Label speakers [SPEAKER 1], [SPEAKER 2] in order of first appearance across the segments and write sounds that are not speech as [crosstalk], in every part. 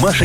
[SPEAKER 1] Маша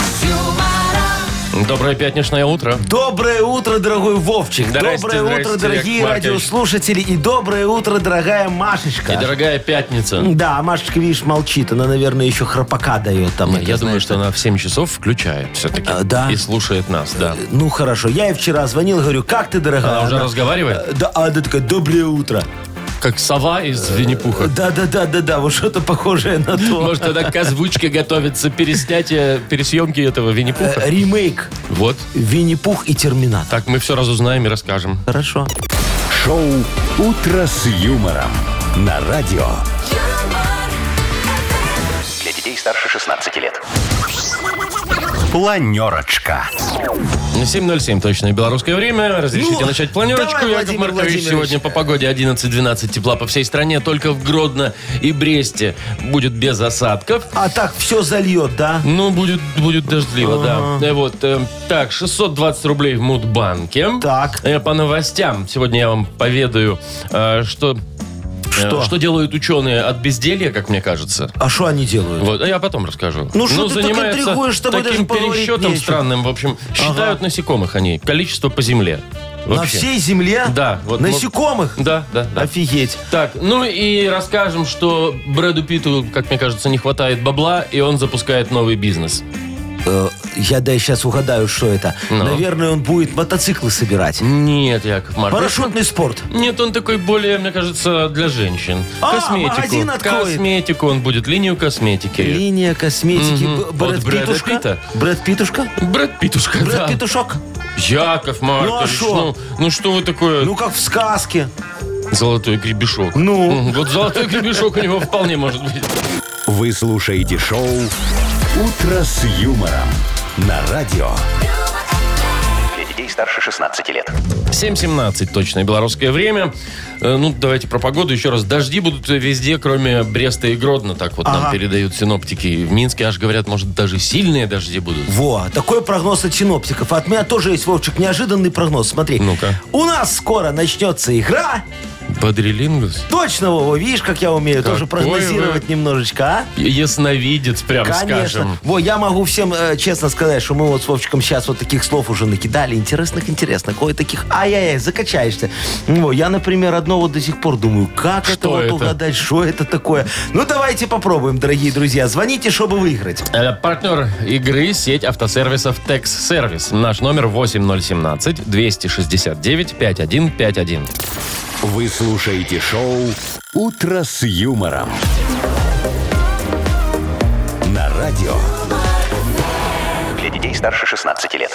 [SPEAKER 2] Доброе пятничное утро.
[SPEAKER 3] Доброе утро, дорогой Вовчик.
[SPEAKER 2] Здрасте,
[SPEAKER 3] доброе
[SPEAKER 2] здрасте,
[SPEAKER 3] утро,
[SPEAKER 2] Яков
[SPEAKER 3] дорогие
[SPEAKER 2] Маркович.
[SPEAKER 3] радиослушатели. И доброе утро, дорогая Машечка.
[SPEAKER 2] И дорогая пятница.
[SPEAKER 3] Да, а Машечка, видишь, молчит. Она, наверное, еще храпака дает там. это,
[SPEAKER 2] Я думаю,
[SPEAKER 3] знаешь,
[SPEAKER 2] что она в 7 часов включает все-таки.
[SPEAKER 3] А, да.
[SPEAKER 2] И слушает нас, да.
[SPEAKER 3] Ну, хорошо. Я ей вчера звонил, говорю, как ты, дорогая?
[SPEAKER 2] Она уже разговаривает?
[SPEAKER 3] «Э, А, Да, а она такая, доброе утро.
[SPEAKER 2] Как сова из
[SPEAKER 3] Э,
[SPEAKER 2] Винни-Пуха.
[SPEAKER 3] Да-да-да-да-да, вот что-то похожее на то.
[SPEAKER 2] Может, тогда к озвучке готовится переснятие, пересъемки этого
[SPEAKER 3] Э,
[SPEAKER 2] Винни-Пуха?
[SPEAKER 3] Ремейк
[SPEAKER 2] Вот.
[SPEAKER 3] Винни-Пух и Терминатор.
[SPEAKER 2] Так мы все разузнаем и расскажем.
[SPEAKER 3] Хорошо.
[SPEAKER 1] Шоу «Утро с юмором» на радио. Для детей старше 16 лет. Планерочка.
[SPEAKER 2] 7.07 точное белорусское время. Разрешите
[SPEAKER 3] Ну,
[SPEAKER 2] начать планерочку.
[SPEAKER 3] давай,
[SPEAKER 2] Яков
[SPEAKER 3] Владимир
[SPEAKER 2] Маркович,
[SPEAKER 3] Владимирович.
[SPEAKER 2] сегодня по погоде 11-12 тепла по всей стране. Только в Гродно и Бресте будет без осадков.
[SPEAKER 3] А так все зальет, да?
[SPEAKER 2] Ну, будет, будет дождливо, да. Э, Вот, э, так, 620 рублей в Мудбанке.
[SPEAKER 3] Так.
[SPEAKER 2] Э, по новостям. Сегодня я вам поведаю, э, что, э,
[SPEAKER 3] Что?
[SPEAKER 2] что делают ученые от безделья, как мне кажется.
[SPEAKER 3] А что они делают?
[SPEAKER 2] Вот, а я потом расскажу.
[SPEAKER 3] Ну, что ты так
[SPEAKER 2] занимаются
[SPEAKER 3] интригуешь, с тобой даже
[SPEAKER 2] таким
[SPEAKER 3] поговорить
[SPEAKER 2] пересчетом
[SPEAKER 3] нечего.
[SPEAKER 2] странным, в общем, считают насекомых они, количество по земле.
[SPEAKER 3] На
[SPEAKER 2] Вообще.
[SPEAKER 3] всей земле?
[SPEAKER 2] Да, вот, ну,
[SPEAKER 3] Насекомых?
[SPEAKER 2] Да, да, да.
[SPEAKER 3] Офигеть.
[SPEAKER 2] Так, ну и расскажем, что Брэду Питту, как мне кажется, не хватает бабла, и он запускает новый бизнес.
[SPEAKER 3] Э, Я да сейчас угадаю, что это.
[SPEAKER 2] Ну.
[SPEAKER 3] Наверное, он будет мотоциклы собирать.
[SPEAKER 2] Нет, Яков Маркович.
[SPEAKER 3] Парашютный спорт.
[SPEAKER 2] Нет, он такой более, мне кажется, для женщин.
[SPEAKER 3] А,
[SPEAKER 2] косметику.
[SPEAKER 3] магазин откроет.
[SPEAKER 2] Косметику он будет, линию косметики.
[SPEAKER 3] Линия косметики.
[SPEAKER 2] Э. Мгм.
[SPEAKER 3] Б- Брэд
[SPEAKER 2] От Брэда
[SPEAKER 3] Питушка.
[SPEAKER 2] Питта.
[SPEAKER 3] Брэд Питушка?
[SPEAKER 2] Брэд Питушка, да.
[SPEAKER 3] Брэд Питушок?
[SPEAKER 2] Яков Маркович,
[SPEAKER 3] Ну, а шо?
[SPEAKER 2] ну, ну что вы такое?
[SPEAKER 3] Ну, как в сказке.
[SPEAKER 2] Золотой гребешок.
[SPEAKER 3] Ну.
[SPEAKER 2] Мгм, Вот золотой гребешок у него вполне может быть.
[SPEAKER 1] Вы слушаете шоу «Утро с юмором» на радио. Для детей старше 16 лет.
[SPEAKER 2] 7.17 точно, белорусское время. Э, Ну, давайте про погоду еще раз. Дожди будут везде, кроме Бреста и Гродно. Так вот нам
[SPEAKER 3] Ага.
[SPEAKER 2] передают синоптики. И В Минске аж говорят, может, даже сильные дожди будут.
[SPEAKER 3] Во, такой прогноз от синоптиков. А От меня тоже есть, Вовчик, неожиданный прогноз. Смотри.
[SPEAKER 2] Ну-ка.
[SPEAKER 3] У нас скоро начнется игра.
[SPEAKER 2] Бодрилингус?
[SPEAKER 3] Точно, Вова, видишь, как я умею тоже
[SPEAKER 2] Какой вы-
[SPEAKER 3] прогнозировать немножечко, а?
[SPEAKER 2] Ясновидец, прям
[SPEAKER 3] Конечно.
[SPEAKER 2] скажем.
[SPEAKER 3] Во, я могу всем э, честно сказать, что мы вот с Вовчиком сейчас вот таких слов уже накидали. Интересных, интересных. Ой, таких, ай-яй-яй, закачаешься. Во, я, например, одно вот до сих пор думаю, как это
[SPEAKER 2] Что
[SPEAKER 3] вот
[SPEAKER 2] это?
[SPEAKER 3] угадать, что это такое? Ну, давайте попробуем, дорогие друзья. Звоните, чтобы выиграть.
[SPEAKER 2] Э, Партнер игры – сеть автосервисов «Текс Сервис». Наш номер 8017-269-5151.
[SPEAKER 1] Вы слушаете шоу «Утро с юмором» на радио. Для детей старше 16 лет.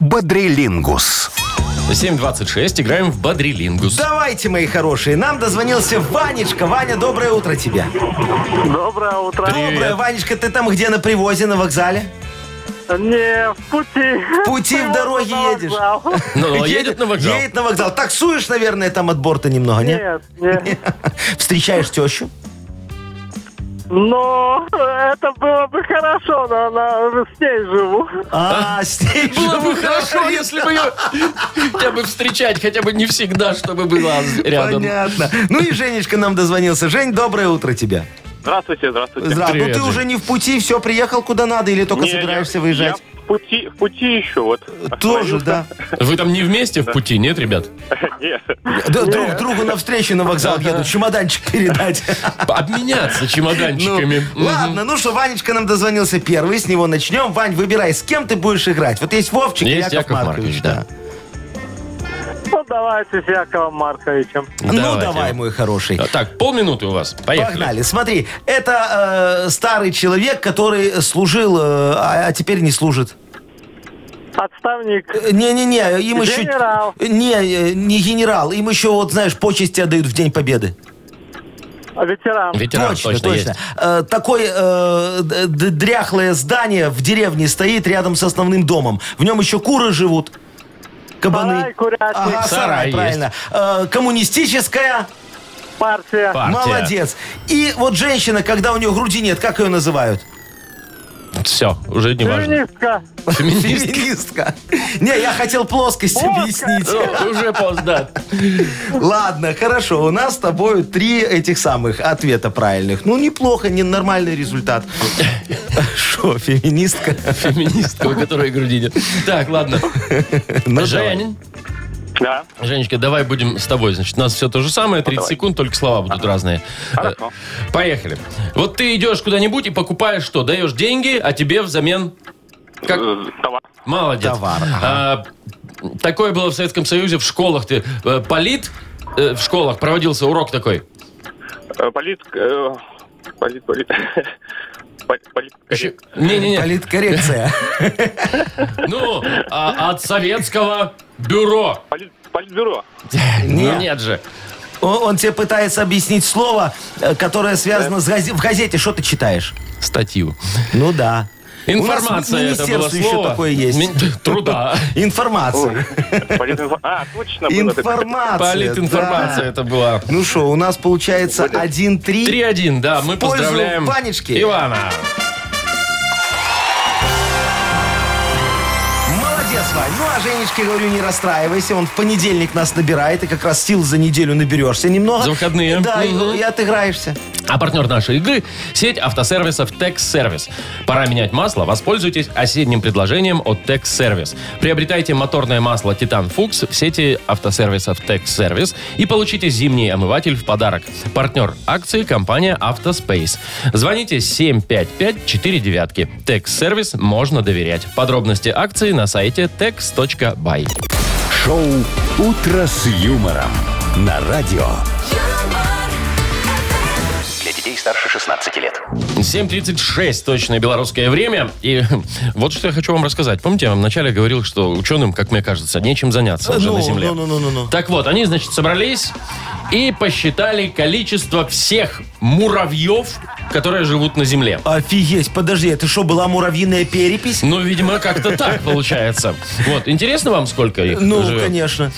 [SPEAKER 1] Бодрилингус.
[SPEAKER 2] 7.26, играем в «Бодрилингус».
[SPEAKER 3] Давайте, мои хорошие. Нам дозвонился Ванечка. Ваня, доброе утро тебе.
[SPEAKER 4] Доброе утро.
[SPEAKER 3] Доброе, Ванечка. Ты там где, на привозе, на вокзале?
[SPEAKER 4] Не, в пути.
[SPEAKER 3] В пути, в дороге едешь.
[SPEAKER 2] Ну, а едет на вокзал.
[SPEAKER 3] Едет на вокзал. Таксуешь, наверное, там от борта немного, не?
[SPEAKER 4] Нет, нет.
[SPEAKER 3] [laughs] Встречаешь тещу?
[SPEAKER 4] Но это было бы хорошо, но она уже с ней живу.
[SPEAKER 3] А, с ней
[SPEAKER 2] Было бы
[SPEAKER 3] живу.
[SPEAKER 2] хорошо, если бы ее хотя бы встречать, хотя бы не всегда, чтобы было рядом.
[SPEAKER 3] [laughs] Понятно. Ну и Женечка нам дозвонился. Жень, доброе утро тебе.
[SPEAKER 4] Здравствуйте, здравствуйте.
[SPEAKER 3] Здрав- Ну
[SPEAKER 2] Привет,
[SPEAKER 3] ты
[SPEAKER 2] Жень.
[SPEAKER 3] уже не в пути, все, приехал куда надо или только
[SPEAKER 4] Не,
[SPEAKER 3] собираешься
[SPEAKER 4] я-
[SPEAKER 3] выезжать?
[SPEAKER 4] Я в пути, в пути еще вот.
[SPEAKER 3] Тоже, да.
[SPEAKER 2] Вы там не вместе в пути, нет, ребят?
[SPEAKER 4] Нет.
[SPEAKER 3] Да, Друг другу навстречу на вокзал едут, чемоданчик
[SPEAKER 2] [laughs]
[SPEAKER 3] передать.
[SPEAKER 2] Обменяться
[SPEAKER 3] Ну,
[SPEAKER 2] чемоданчиками. Мгм.
[SPEAKER 3] ладно, ну что, Ванечка нам дозвонился первый, с него начнем. Вань, выбирай, с кем ты будешь играть. Вот есть Вовчик и
[SPEAKER 2] Есть
[SPEAKER 3] Яков,
[SPEAKER 2] Яков Маркович,
[SPEAKER 3] Маркович.
[SPEAKER 2] да.
[SPEAKER 4] Ну, давайте с Яковом Марковичем.
[SPEAKER 3] Ну
[SPEAKER 2] Давайте.
[SPEAKER 3] давай, мой хороший.
[SPEAKER 2] А, Так, полминуты у вас. Поехали.
[SPEAKER 3] Погнали. Смотри, это э, старый человек, который служил, э, а, а теперь не служит.
[SPEAKER 4] Отставник.
[SPEAKER 3] Э, Не-не-не, им еще...
[SPEAKER 4] Генерал.
[SPEAKER 3] Не, э, не генерал. Им еще, вот знаешь, почести отдают в День Победы.
[SPEAKER 4] Ветеран.
[SPEAKER 2] Ветеран точно, есть.
[SPEAKER 3] Э, такое э, д- д- дряхлое здание в деревне стоит рядом с основным домом. В нем еще куры живут. Кабаны.
[SPEAKER 4] Сарай, курятник.
[SPEAKER 3] Ага,
[SPEAKER 2] Сарай
[SPEAKER 3] сарай,
[SPEAKER 2] есть.
[SPEAKER 3] правильно. Э, коммунистическая.
[SPEAKER 4] Партия.
[SPEAKER 2] Партия.
[SPEAKER 3] Молодец. И вот женщина, когда у нее груди нет, как ее называют?
[SPEAKER 2] Все, уже не важно.
[SPEAKER 4] Феминистка.
[SPEAKER 2] Феминист.
[SPEAKER 3] Феминистка. Не, я хотел плоскость объяснить.
[SPEAKER 2] Ну, Уже поздно.
[SPEAKER 3] Ладно, хорошо. У нас с тобой три этих самых ответа правильных. Ну, неплохо, не нормальный результат. Что, феминистка?
[SPEAKER 2] Феминистка, у которой груди нет. Так, ладно.
[SPEAKER 3] Ну, давай.
[SPEAKER 2] Жень,
[SPEAKER 4] Да.
[SPEAKER 2] Женечка, давай будем с тобой. Значит, у нас все то же самое, 30 секунд, только слова будут разные.
[SPEAKER 4] Хорошо.
[SPEAKER 2] Э, Поехали. Вот ты идешь куда-нибудь и покупаешь что? Даешь деньги, а тебе взамен... Как?
[SPEAKER 4] Э, Товар.
[SPEAKER 2] Молодец.
[SPEAKER 3] Товар,
[SPEAKER 2] А, такое было в Советском Союзе, в школах ты э, полит, э, в школах проводился урок такой.
[SPEAKER 4] Э, Полит... э, Полит, полит. Пол- Полит.
[SPEAKER 2] Еще- Не-не-не,
[SPEAKER 3] Политкоррекция.
[SPEAKER 2] ну, а, от советского бюро.
[SPEAKER 4] Полит. Политбюро.
[SPEAKER 2] Ну, Нет же.
[SPEAKER 3] Он, он тебе пытается объяснить слово, э, которое связано с газе- в газете. Что ты читаешь?
[SPEAKER 2] Статью.
[SPEAKER 3] Ну да.
[SPEAKER 2] Информация
[SPEAKER 3] У нас
[SPEAKER 2] это
[SPEAKER 3] в
[SPEAKER 2] было
[SPEAKER 3] министерстве еще
[SPEAKER 2] слово.
[SPEAKER 3] такое есть.
[SPEAKER 2] Мин- [laughs] Труда.
[SPEAKER 3] Информация.
[SPEAKER 4] Политинфо- А, точно было. такое.
[SPEAKER 3] Информация.
[SPEAKER 2] Политинформация
[SPEAKER 3] да.
[SPEAKER 2] это была.
[SPEAKER 3] Ну что, у нас получается 1-3.
[SPEAKER 2] 3-1, да, мы
[SPEAKER 3] В пользу
[SPEAKER 2] поздравляем
[SPEAKER 3] Ванечки.
[SPEAKER 2] Ивана.
[SPEAKER 3] Молодец, Вань. Ну, а Женечке, говорю, не расстраивайся. Он в понедельник нас набирает, и как раз сил за неделю наберешься немного.
[SPEAKER 2] За выходные.
[SPEAKER 3] Да,
[SPEAKER 2] Мгм.
[SPEAKER 3] и, и отыграешься.
[SPEAKER 2] А партнер нашей игры – сеть автосервисов «Текс-сервис». Пора менять масло, воспользуйтесь осенним предложением от «Текс-сервис». Приобретайте моторное масло «Титан Фукс» в сети автосервисов «Текс-сервис» и получите зимний омыватель в подарок. Партнер акции – компания «Автоспейс». Звоните 75549. «Текс-сервис» можно доверять. Подробности акции на сайте tex.by.
[SPEAKER 1] Шоу «Утро с юмором» на радио.
[SPEAKER 5] Для детей старше 16 лет.
[SPEAKER 2] 7.36 точное белорусское время. И [laughs] вот что я хочу вам рассказать. Помните, я вам вначале говорил, что ученым, как мне кажется, нечем заняться уже
[SPEAKER 3] ну,
[SPEAKER 2] на Земле.
[SPEAKER 3] ну, ну, ну, ну, ну.
[SPEAKER 2] Так вот, они, значит, собрались и посчитали количество всех муравьев, которые живут на Земле.
[SPEAKER 3] Офигеть, подожди, это что, была муравьиная перепись?
[SPEAKER 2] Ну, видимо, как-то так
[SPEAKER 3] [laughs]
[SPEAKER 2] получается. Вот, интересно вам, сколько их
[SPEAKER 3] Ну,
[SPEAKER 2] живет?
[SPEAKER 3] конечно.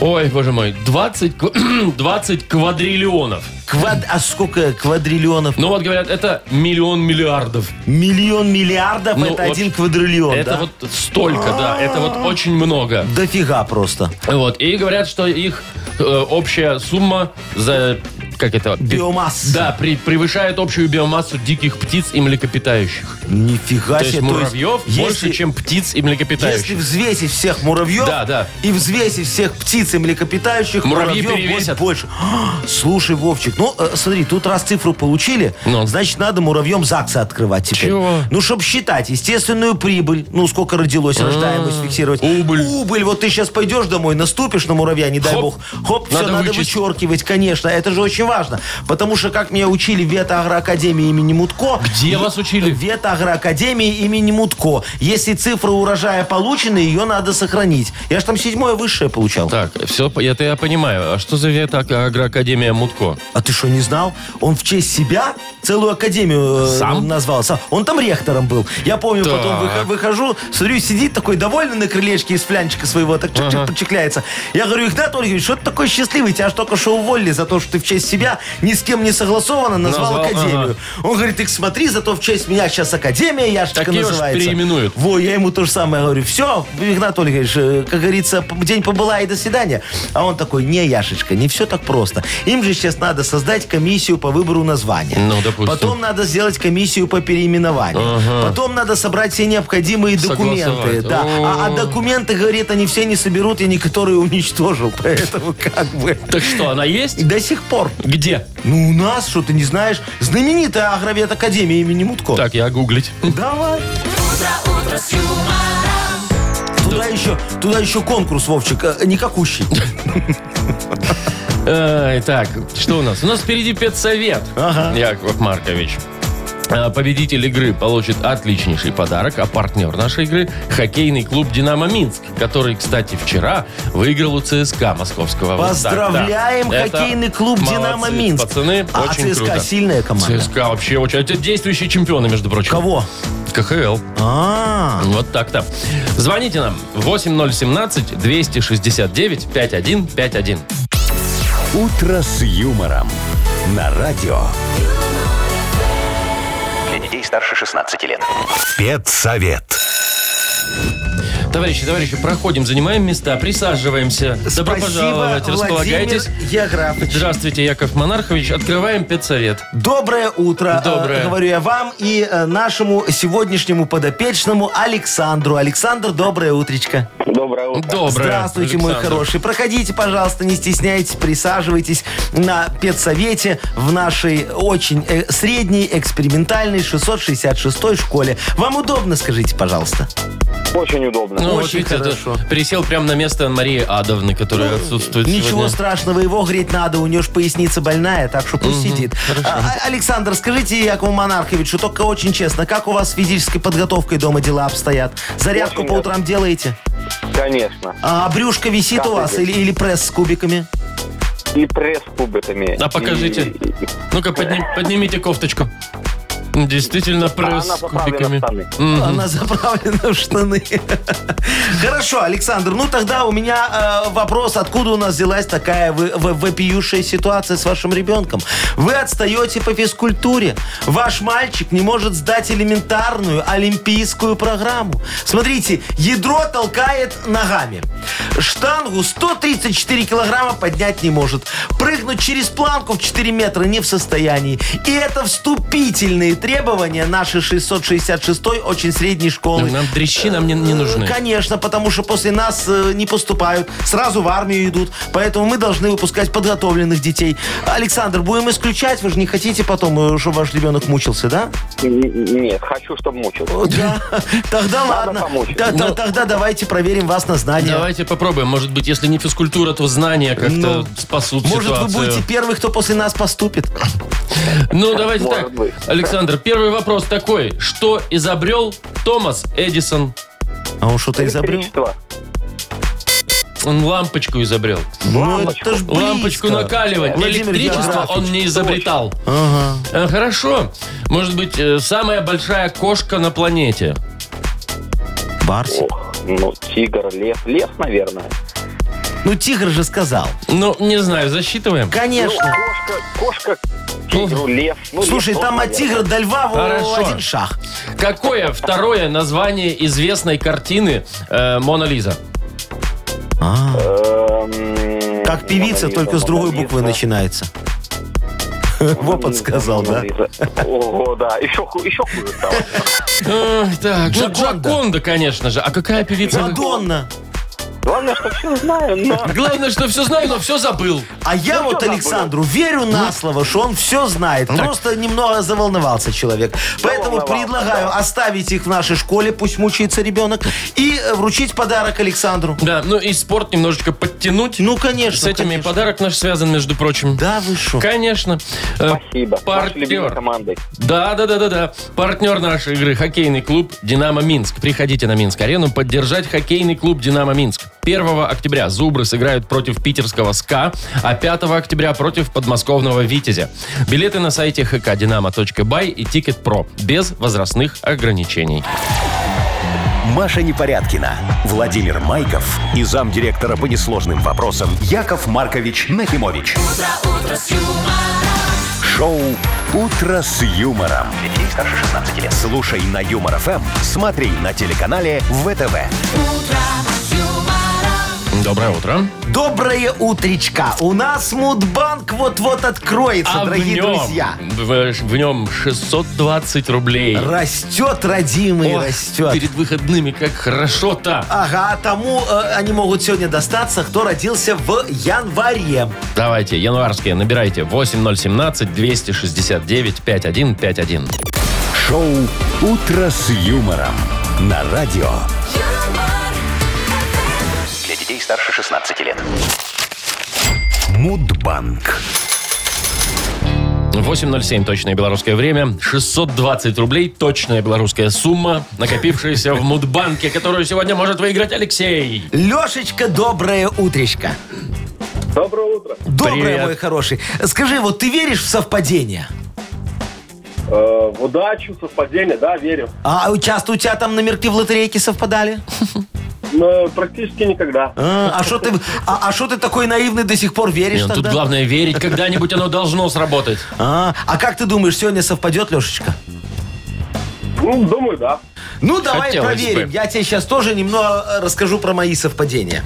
[SPEAKER 2] Ой, боже мой, 20, [clears throat] кв- 20 квадриллионов.
[SPEAKER 3] Квад... А сколько квадриллионов?
[SPEAKER 2] Ну, вот говорят, это миллион миллиардов.
[SPEAKER 3] Миллион миллиардов
[SPEAKER 2] Ну,
[SPEAKER 3] это
[SPEAKER 2] вот
[SPEAKER 3] один квадриллион,
[SPEAKER 2] это
[SPEAKER 3] да?
[SPEAKER 2] вот столько, да, это вот очень много.
[SPEAKER 3] Дофига просто.
[SPEAKER 2] Вот, и говорят, что их э, общая сумма за... Как это? Пи-
[SPEAKER 3] Биомасса.
[SPEAKER 2] Да, при- превышает общую биомассу диких птиц и млекопитающих.
[SPEAKER 3] Нифига
[SPEAKER 2] То есть
[SPEAKER 3] себе.
[SPEAKER 2] муравьев
[SPEAKER 3] есть,
[SPEAKER 2] больше,
[SPEAKER 3] если-
[SPEAKER 2] чем птиц и
[SPEAKER 3] Если
[SPEAKER 2] млекопитающих.
[SPEAKER 3] взвесить всех муравьев
[SPEAKER 2] Да, да.
[SPEAKER 3] и взвесить всех птиц и млекопитающих,
[SPEAKER 2] Муравьи
[SPEAKER 3] муравьев
[SPEAKER 2] перевесят.
[SPEAKER 3] будет больше. [gasps] А, Слушай, Вовчик, ну э, смотри, тут раз цифру получили,
[SPEAKER 2] Ну.
[SPEAKER 3] значит надо муравьем ЗАГСы открывать теперь.
[SPEAKER 2] Чего?
[SPEAKER 3] Ну, чтобы считать естественную прибыль, ну, сколько родилось, рождаемость фиксировать.
[SPEAKER 2] А. убыль.
[SPEAKER 3] Убыль. Вот ты сейчас пойдешь домой, наступишь на муравья, не дай
[SPEAKER 2] Хоп.
[SPEAKER 3] бог. Хоп, все,
[SPEAKER 2] Надо
[SPEAKER 3] надо
[SPEAKER 2] вычесть.
[SPEAKER 3] вычеркивать, конечно. Это же очень важно. Потому что, как меня учили в ветоагроакадемии имени Мутко... ну,
[SPEAKER 2] Где вас учили?
[SPEAKER 3] Ветагроакадемии имени Мутко. Если цифра урожая получена, ее надо сохранить. Я же там седьмое высшее получал.
[SPEAKER 2] Так, все, это я понимаю. А что за вето агроакадемия Мутко?
[SPEAKER 3] А ты что, не знал? Он в честь себя целую академию э,
[SPEAKER 2] Сам?
[SPEAKER 3] назвался. Он там ректором был. Я помню, потом
[SPEAKER 2] Так.
[SPEAKER 3] выхо- выхожу, смотрю, сидит такой довольный на крылечке из флянчика своего, так чик-чик подчекляется. Я говорю, Игнат Ольгович, что ты такой счастливый? Тебя же только что уволили за то, что ты в честь себя ни с кем не согласованно назвал,
[SPEAKER 2] Назвал,
[SPEAKER 3] академию. Он говорит, так смотри, зато в честь меня сейчас академия, я
[SPEAKER 2] Так
[SPEAKER 3] так и
[SPEAKER 2] ее ж
[SPEAKER 3] называется.
[SPEAKER 2] переименуют.
[SPEAKER 3] Во, я ему то же самое говорю. Все, Игнат Ольгович, э, как говорится, п- день побыла и до свидания. А он такой, не, Яшечка, не все так просто. Им же сейчас надо создать комиссию по выбору названия.
[SPEAKER 2] Ну, допустим.
[SPEAKER 3] Потом надо сделать комиссию по переименованию. Потом надо собрать все необходимые документы.
[SPEAKER 2] Согласовать.
[SPEAKER 3] Да. А, а
[SPEAKER 2] О.
[SPEAKER 3] документы, говорит, они все не соберут, я некоторые уничтожил. Поэтому как бы...
[SPEAKER 2] Так что, она есть?
[SPEAKER 3] До сих пор.
[SPEAKER 2] Где?
[SPEAKER 3] Ну, у нас, что ты не знаешь, знаменитая агровед Академия имени Мутко.
[SPEAKER 2] Так, я гуглить.
[SPEAKER 3] Давай. Туда еще, туда еще конкурс, Вовчик, э, никакущий.
[SPEAKER 2] Э, Так, что у нас? У нас впереди педсовет,
[SPEAKER 3] Ага.
[SPEAKER 2] Яков Маркович. А, Победитель игры получит отличнейший подарок, а партнер нашей игры – хоккейный клуб «Динамо Минск», который, кстати, вчера выиграл у ЦСКА московского. Вот так, да.
[SPEAKER 3] Поздравляем
[SPEAKER 2] Это
[SPEAKER 3] хоккейный клуб «Динамо
[SPEAKER 2] молодцы,
[SPEAKER 3] Минск».
[SPEAKER 2] Пацаны,
[SPEAKER 3] а
[SPEAKER 2] очень
[SPEAKER 3] ЦСКА
[SPEAKER 2] круто.
[SPEAKER 3] сильная команда.
[SPEAKER 2] ЦСКА вообще очень... Это действующие чемпионы, между прочим.
[SPEAKER 3] Кого?
[SPEAKER 2] КХЛ.
[SPEAKER 3] А,
[SPEAKER 2] Вот так-то. Звоните нам 8017-269-5151.
[SPEAKER 1] «Утро с юмором» на радио.
[SPEAKER 5] Для Для детей старше 16 лет.
[SPEAKER 1] Спецсовет.
[SPEAKER 2] Товарищи, товарищи, проходим, занимаем места, присаживаемся. Добро
[SPEAKER 3] Спасибо,
[SPEAKER 2] пожаловать, располагайтесь.
[SPEAKER 3] Владимир Яграфович.
[SPEAKER 2] Здравствуйте, Яков Монархович. Открываем педсовет.
[SPEAKER 3] Доброе утро,
[SPEAKER 2] Доброе.
[SPEAKER 3] э, говорю я вам и э, нашему сегодняшнему подопечному Александру. Александр, доброе утречко.
[SPEAKER 6] Доброе утро.
[SPEAKER 2] Доброе.
[SPEAKER 3] Здравствуйте, мой
[SPEAKER 2] Александр.
[SPEAKER 3] хороший. Проходите, пожалуйста, не стесняйтесь, присаживайтесь на педсовете в нашей очень э, средней экспериментальной 666 школе. Вам удобно, скажите, пожалуйста.
[SPEAKER 6] Очень удобно.
[SPEAKER 2] Ну,
[SPEAKER 3] Очень
[SPEAKER 2] вот видите, это
[SPEAKER 3] хорошо. Ну,
[SPEAKER 2] пересел прямо на место Марии Адовны, которая отсутствует
[SPEAKER 3] Ничего
[SPEAKER 2] сегодня.
[SPEAKER 3] страшного, его греть надо, у нее ж поясница больная, так что пусть сидит. А, а, Александр, скажите Якову Монарховичу, только очень честно, как у вас с физической подготовкой дома дела обстоят? Зарядку
[SPEAKER 6] Очень
[SPEAKER 3] по
[SPEAKER 6] нет.
[SPEAKER 3] утрам делаете?
[SPEAKER 6] Конечно.
[SPEAKER 3] А брюшка висит
[SPEAKER 6] Каждый
[SPEAKER 3] у вас
[SPEAKER 6] день.
[SPEAKER 3] или, или пресс с кубиками?
[SPEAKER 6] И пресс кубиками.
[SPEAKER 2] А покажите.
[SPEAKER 6] И- и- и-
[SPEAKER 2] Ну-ка, подним- поднимите кофточку. Действительно, пресс
[SPEAKER 6] а она
[SPEAKER 2] с
[SPEAKER 6] поправлена
[SPEAKER 2] кубиками.
[SPEAKER 6] в штаны.
[SPEAKER 2] Мгм.
[SPEAKER 3] Она заправлена в штаны. [laughs] Хорошо, Александр, ну тогда у меня э, вопрос, откуда у нас взялась такая вы- вы- вопиющая ситуация с вашим ребенком? Вы отстаете по физкультуре. Ваш мальчик не может сдать элементарную олимпийскую программу. Смотрите, ядро толкает ногами. Штангу 134 килограмма поднять не может. Прыгнуть через планку в 4 метра не в состоянии. И это вступительные требования нашей 666 очень средней школы.
[SPEAKER 2] Нам дрищи нам не, не нужны.
[SPEAKER 3] Э, Конечно, потому что после нас э, не поступают, сразу в армию идут. Поэтому мы должны выпускать подготовленных детей. Александр, будем исключать, вы же не хотите потом, э, чтобы ваш ребенок мучился, да?
[SPEAKER 6] Н- Нет, хочу, чтобы мучился.
[SPEAKER 3] О, Да. [laughs] Тогда
[SPEAKER 6] Надо
[SPEAKER 3] ладно.
[SPEAKER 6] помочь.
[SPEAKER 3] Да, да,
[SPEAKER 2] Ну.
[SPEAKER 3] Тогда давайте проверим вас на знание.
[SPEAKER 2] Давайте попробуем. Может быть, если не физкультура, то знания как-то
[SPEAKER 3] Ну,
[SPEAKER 2] спасут
[SPEAKER 3] Может, вы
[SPEAKER 2] ситуацию.
[SPEAKER 3] будете первый, кто после нас поступит?
[SPEAKER 2] Ну, давайте
[SPEAKER 6] Может
[SPEAKER 2] так.
[SPEAKER 6] быть.
[SPEAKER 2] Александр, первый вопрос такой. Что изобрел Томас Эдисон?
[SPEAKER 3] А он что-то изобрел?
[SPEAKER 6] Электричество.
[SPEAKER 2] Он лампочку изобрел.
[SPEAKER 3] Ну, это ж близко.
[SPEAKER 2] Лампочку накаливать.
[SPEAKER 3] Владимир
[SPEAKER 2] Электричество
[SPEAKER 3] Яграфович,
[SPEAKER 2] он не изобретал.
[SPEAKER 3] Ага.
[SPEAKER 2] Э, Хорошо. Может быть, э, самая большая кошка на планете.
[SPEAKER 3] Барсик.
[SPEAKER 6] Ох, ну, тигр, лев. Лев, наверное.
[SPEAKER 3] Ну, тигр же сказал.
[SPEAKER 2] Ну, не знаю, засчитываем.
[SPEAKER 6] Ну,
[SPEAKER 3] Конечно.
[SPEAKER 6] кошка, кошка, к тигру, лев. Ну,
[SPEAKER 3] Слушай,
[SPEAKER 6] лев
[SPEAKER 3] там
[SPEAKER 6] тоже,
[SPEAKER 3] от тигра до льва во-
[SPEAKER 2] Хорошо.
[SPEAKER 3] один шаг.
[SPEAKER 2] Какое второе название известной картины э, «Мона Лиза»?
[SPEAKER 3] А,
[SPEAKER 6] Э, наверное. Эм,
[SPEAKER 3] Как певица,
[SPEAKER 6] Мона
[SPEAKER 3] только
[SPEAKER 6] Лиза,
[SPEAKER 3] с другой
[SPEAKER 6] Мона
[SPEAKER 3] буквы
[SPEAKER 6] Лиза.
[SPEAKER 3] начинается. [laughs]
[SPEAKER 6] Мона
[SPEAKER 3] Во,
[SPEAKER 6] Лиза,
[SPEAKER 3] подсказал,
[SPEAKER 6] Мона
[SPEAKER 3] да?
[SPEAKER 6] Лиза. Ого, да. Еще, ху- еще хуже стало.
[SPEAKER 2] Э, так, ну,
[SPEAKER 3] Джаконда.
[SPEAKER 2] Джаконда, конечно же. А какая певица?
[SPEAKER 3] Мадонна.
[SPEAKER 6] Главное, что все знаю, но...
[SPEAKER 3] [laughs]
[SPEAKER 2] Главное, что все знаю, но все забыл.
[SPEAKER 3] А
[SPEAKER 2] Ну,
[SPEAKER 3] я вот
[SPEAKER 6] чё
[SPEAKER 3] Александру верю на слово, что он все знает. Просто немного заволновался человек. Поэтому
[SPEAKER 6] Заволновался,
[SPEAKER 3] предлагаю оставить их в нашей школе, пусть мучается ребенок, и э, вручить подарок Александру.
[SPEAKER 2] Да, ну и спорт немножечко подтянуть.
[SPEAKER 3] Ну, конечно.
[SPEAKER 2] С этими
[SPEAKER 3] конечно.
[SPEAKER 2] подарок наш связан, между прочим.
[SPEAKER 3] Да, вы шо?
[SPEAKER 2] Конечно. Э,
[SPEAKER 6] Спасибо. С Вашей любимой
[SPEAKER 2] Партнер.
[SPEAKER 6] командой.
[SPEAKER 2] Да, да, да, да, да. Партнер нашей игры хоккейный клуб Динамо Минск. Приходите на Минск арену поддержать хоккейный клуб Динамо Минск. 1 октября Зубры сыграют против питерского СКА, а 5 октября против подмосковного Витязя. Билеты на сайте hkdinamo.by и Ticket Pro без возрастных ограничений.
[SPEAKER 1] Маша Непорядкина, Владимир Майков и замдиректора по несложным вопросам Яков Маркович Нахимович. Шоу Утро с юмором.
[SPEAKER 5] Для детей старше 16 лет.
[SPEAKER 1] Слушай на юмор ФМ, смотри на телеканале ВТВ.
[SPEAKER 2] Доброе утро.
[SPEAKER 3] Доброе утречка. У нас Мудбанк вот-вот откроется,
[SPEAKER 2] А в
[SPEAKER 3] дорогие
[SPEAKER 2] нем,
[SPEAKER 3] друзья.
[SPEAKER 2] В, в нем 620 рублей.
[SPEAKER 3] Растет, родимый,
[SPEAKER 2] Ох,
[SPEAKER 3] растет.
[SPEAKER 2] Перед выходными как хорошо-то.
[SPEAKER 3] Ага, а тому э, они могут сегодня достаться, кто родился в январе.
[SPEAKER 2] Давайте, январские, набирайте 8017-269-5151.
[SPEAKER 1] Шоу Утро с юмором на радио.
[SPEAKER 5] Для детей старше 16 лет.
[SPEAKER 1] Мудбанк.
[SPEAKER 2] 8.07 точное белорусское время, 620 рублей точная белорусская сумма, накопившаяся в Мудбанке, которую сегодня может выиграть Алексей.
[SPEAKER 3] Лешечка, доброе утречко.
[SPEAKER 6] Доброе утро.
[SPEAKER 3] Доброе,
[SPEAKER 2] Привет.
[SPEAKER 3] мой хороший. Скажи, вот ты веришь в совпадение?
[SPEAKER 6] Э, в удачу, совпадение, да, верю.
[SPEAKER 3] А часто у тебя там номерки в лотерейке совпадали?
[SPEAKER 6] Но практически никогда.
[SPEAKER 3] А а что ты, а, а шо ты такой наивный до сих пор
[SPEAKER 2] Не,
[SPEAKER 3] веришь
[SPEAKER 2] ну, тут
[SPEAKER 3] тогда?
[SPEAKER 2] главное верить, когда-нибудь оно должно сработать.
[SPEAKER 3] А, а как ты думаешь, сегодня совпадет, Лешечка?
[SPEAKER 6] Ну, думаю, да.
[SPEAKER 3] Ну, давай
[SPEAKER 2] Хотелось
[SPEAKER 3] проверим.
[SPEAKER 2] бы.
[SPEAKER 3] Я тебе сейчас тоже немного э, расскажу про мои совпадения.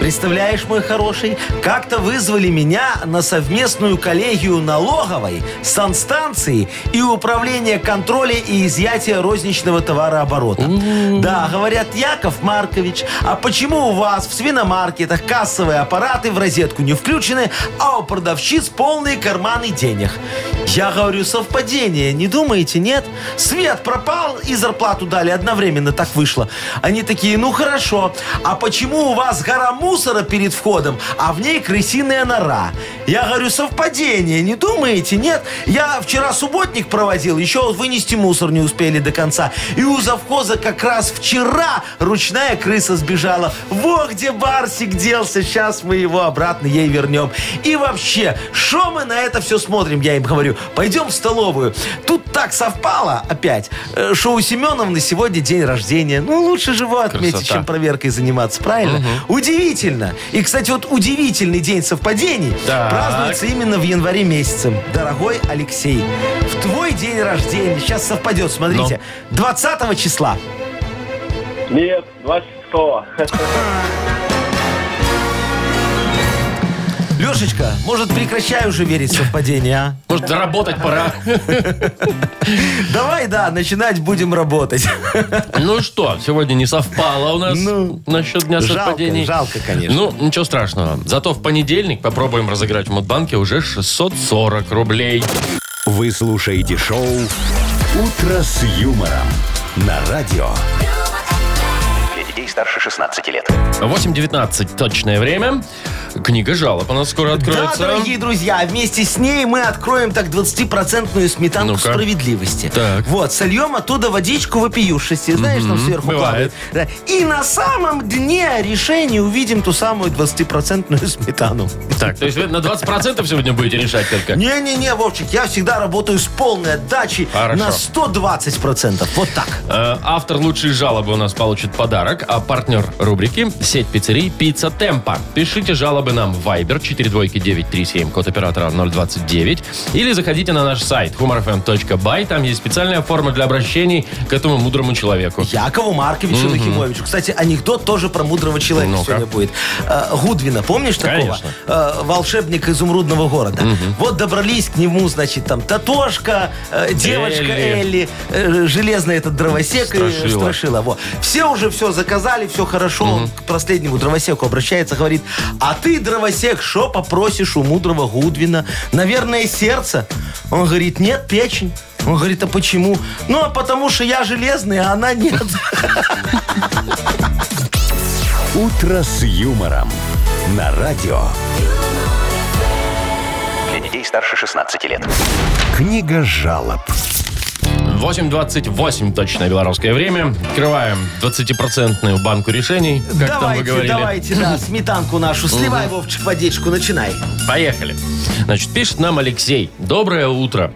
[SPEAKER 3] Представляешь, мой хороший, как-то вызвали меня на совместную коллегию налоговой, санстанции и управления контроля и изъятия розничного товарооборота. Да, говорят, Яков Маркович, а почему у вас в свиномаркетах кассовые аппараты в розетку не включены, а у продавщиц полные карманы денег? Я говорю, совпадение, не думаете, нет? Свет пропал и зарплату дали, одновременно так вышло. Они такие, ну хорошо, а почему у вас гора мусора перед входом, а в ней крысиная нора? Я говорю, совпадение, не думаете, нет? Я вчера субботник проводил, еще вынести мусор не успели до конца. И у завхоза как раз вчера ручная крыса сбежала. Во где Барсик делся, сейчас мы его обратно ей вернем. И вообще, что мы на это все смотрим, я им говорю. Пойдем в столовую. Тут так совпало опять, э, что у Семеновны сегодня день рождения. Ну, лучше же его отметить,
[SPEAKER 2] Красота.
[SPEAKER 3] чем проверкой заниматься, правильно? Удивительно. И, кстати, вот удивительный день совпадений
[SPEAKER 2] Так.
[SPEAKER 3] празднуется именно в январе месяце. Дорогой Алексей, в твой день рождения, сейчас совпадет, смотрите,
[SPEAKER 2] Ну.
[SPEAKER 3] 20 числа.
[SPEAKER 6] Нет, 26-го.
[SPEAKER 3] Лешечка, может, прекращай уже верить в совпадения, а?
[SPEAKER 2] Может, заработать пора.
[SPEAKER 3] Давай, да, начинать
[SPEAKER 2] [laughs]
[SPEAKER 3] будем работать.
[SPEAKER 2] Ну что, сегодня не совпало у нас
[SPEAKER 3] Ну,
[SPEAKER 2] насчет дня
[SPEAKER 3] жалко,
[SPEAKER 2] совпадений.
[SPEAKER 3] жалко, конечно.
[SPEAKER 2] Ну, ничего страшного. Зато в понедельник попробуем разыграть в Мудбанке уже 640 рублей.
[SPEAKER 1] Вы слушаете шоу «Утро с юмором» на радио.
[SPEAKER 5] Для детей старше 16 лет.
[SPEAKER 2] 8.19 точное время. Книга жалоб у нас скоро
[SPEAKER 3] Да,
[SPEAKER 2] откроется.
[SPEAKER 3] дорогие друзья, вместе с ней мы откроем так 20-процентную сметанку
[SPEAKER 2] Ну-ка.
[SPEAKER 3] справедливости.
[SPEAKER 2] Так.
[SPEAKER 3] Вот, сольем оттуда водичку вопиюшести, знаешь, там сверху
[SPEAKER 2] бывает.
[SPEAKER 3] плавает. Да. И на самом дне решения увидим ту самую 20-процентную сметану.
[SPEAKER 2] Так, то есть вы на 20% сегодня будете решать только?
[SPEAKER 3] Не-не-не, Вовчик, я всегда работаю с полной отдачей
[SPEAKER 2] Хорошо.
[SPEAKER 3] на 120%. Вот так.
[SPEAKER 2] Э, Автор лучшей жалобы у нас получит подарок, а партнер рубрики – сеть пиццерий «Пицца Темпа». Пишите жалобы нам в Viber 42937, код оператора 029, или заходите на наш сайт humorfm.by, там есть специальная форма для обращений к этому мудрому человеку.
[SPEAKER 3] Якову Марковичу Нахимовичу. Кстати, анекдот тоже про мудрого человека
[SPEAKER 2] Ну-ка.
[SPEAKER 3] сегодня будет. Э, Гудвина, помнишь такого?
[SPEAKER 2] Конечно.
[SPEAKER 3] Э, Волшебник изумрудного города. Вот добрались к нему, значит, там Татошка, э, девочка
[SPEAKER 2] Элли.
[SPEAKER 3] Элли, э, железный этот дровосек
[SPEAKER 2] Страшила.
[SPEAKER 3] и страшила. Во. Все уже все заказали, все хорошо. Он к последнему дровосеку обращается, говорит, а ты, дровосек, что попросишь у мудрого Гудвина? Наверное, сердце. Он говорит, нет, печень. Он говорит, а почему? Ну, а потому что я железный, а
[SPEAKER 2] [laughs]
[SPEAKER 3] она нет.
[SPEAKER 1] «Утро с юмором» на радио.
[SPEAKER 5] Для детей старше 16 лет.
[SPEAKER 1] Книга жалоб.
[SPEAKER 2] 8.28 точное белорусское время. Открываем 20-процентную банку решений, как там вы
[SPEAKER 3] Давайте,
[SPEAKER 2] говорили.
[SPEAKER 3] давайте, да, сметанку нашу. Сливай, Вовчик, водичку, начинай.
[SPEAKER 2] Поехали. Значит, пишет нам Алексей. Доброе утро.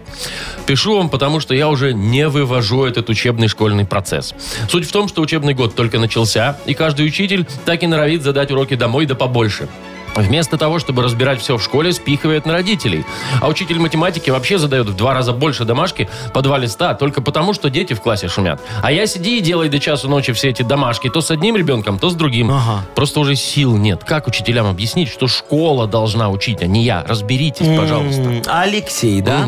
[SPEAKER 2] Пишу вам, потому что я уже не вывожу этот учебный школьный процесс. Суть в том, что учебный год только начался, и каждый учитель так и норовит задать уроки домой да побольше. Вместо того, чтобы разбирать все в школе, спихивает на родителей. А учитель математики вообще задает в два раза больше домашки по два листа только потому, что дети в классе шумят. А я сиди и делай до часу ночи все эти домашки то с одним ребенком, то с другим.
[SPEAKER 3] Ага.
[SPEAKER 2] Просто уже сил нет. Как учителям объяснить, что школа должна учить, а не я? Разберитесь, пожалуйста.
[SPEAKER 3] М, Алексей, да?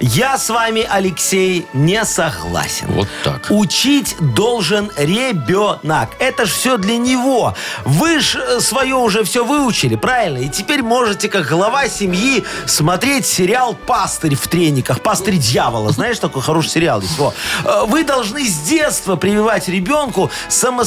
[SPEAKER 3] Я с вами, Алексей, не согласен.
[SPEAKER 2] Вот так.
[SPEAKER 3] Учить должен ребенок. Это ж все для него. Вы ж свое уже все выучили, правильно? И теперь можете, как глава семьи, смотреть сериал «Пастырь в трениках». «Пастырь дьявола». Знаешь, такой хороший сериал есть. Во. Э, Вы должны с детства прививать ребенку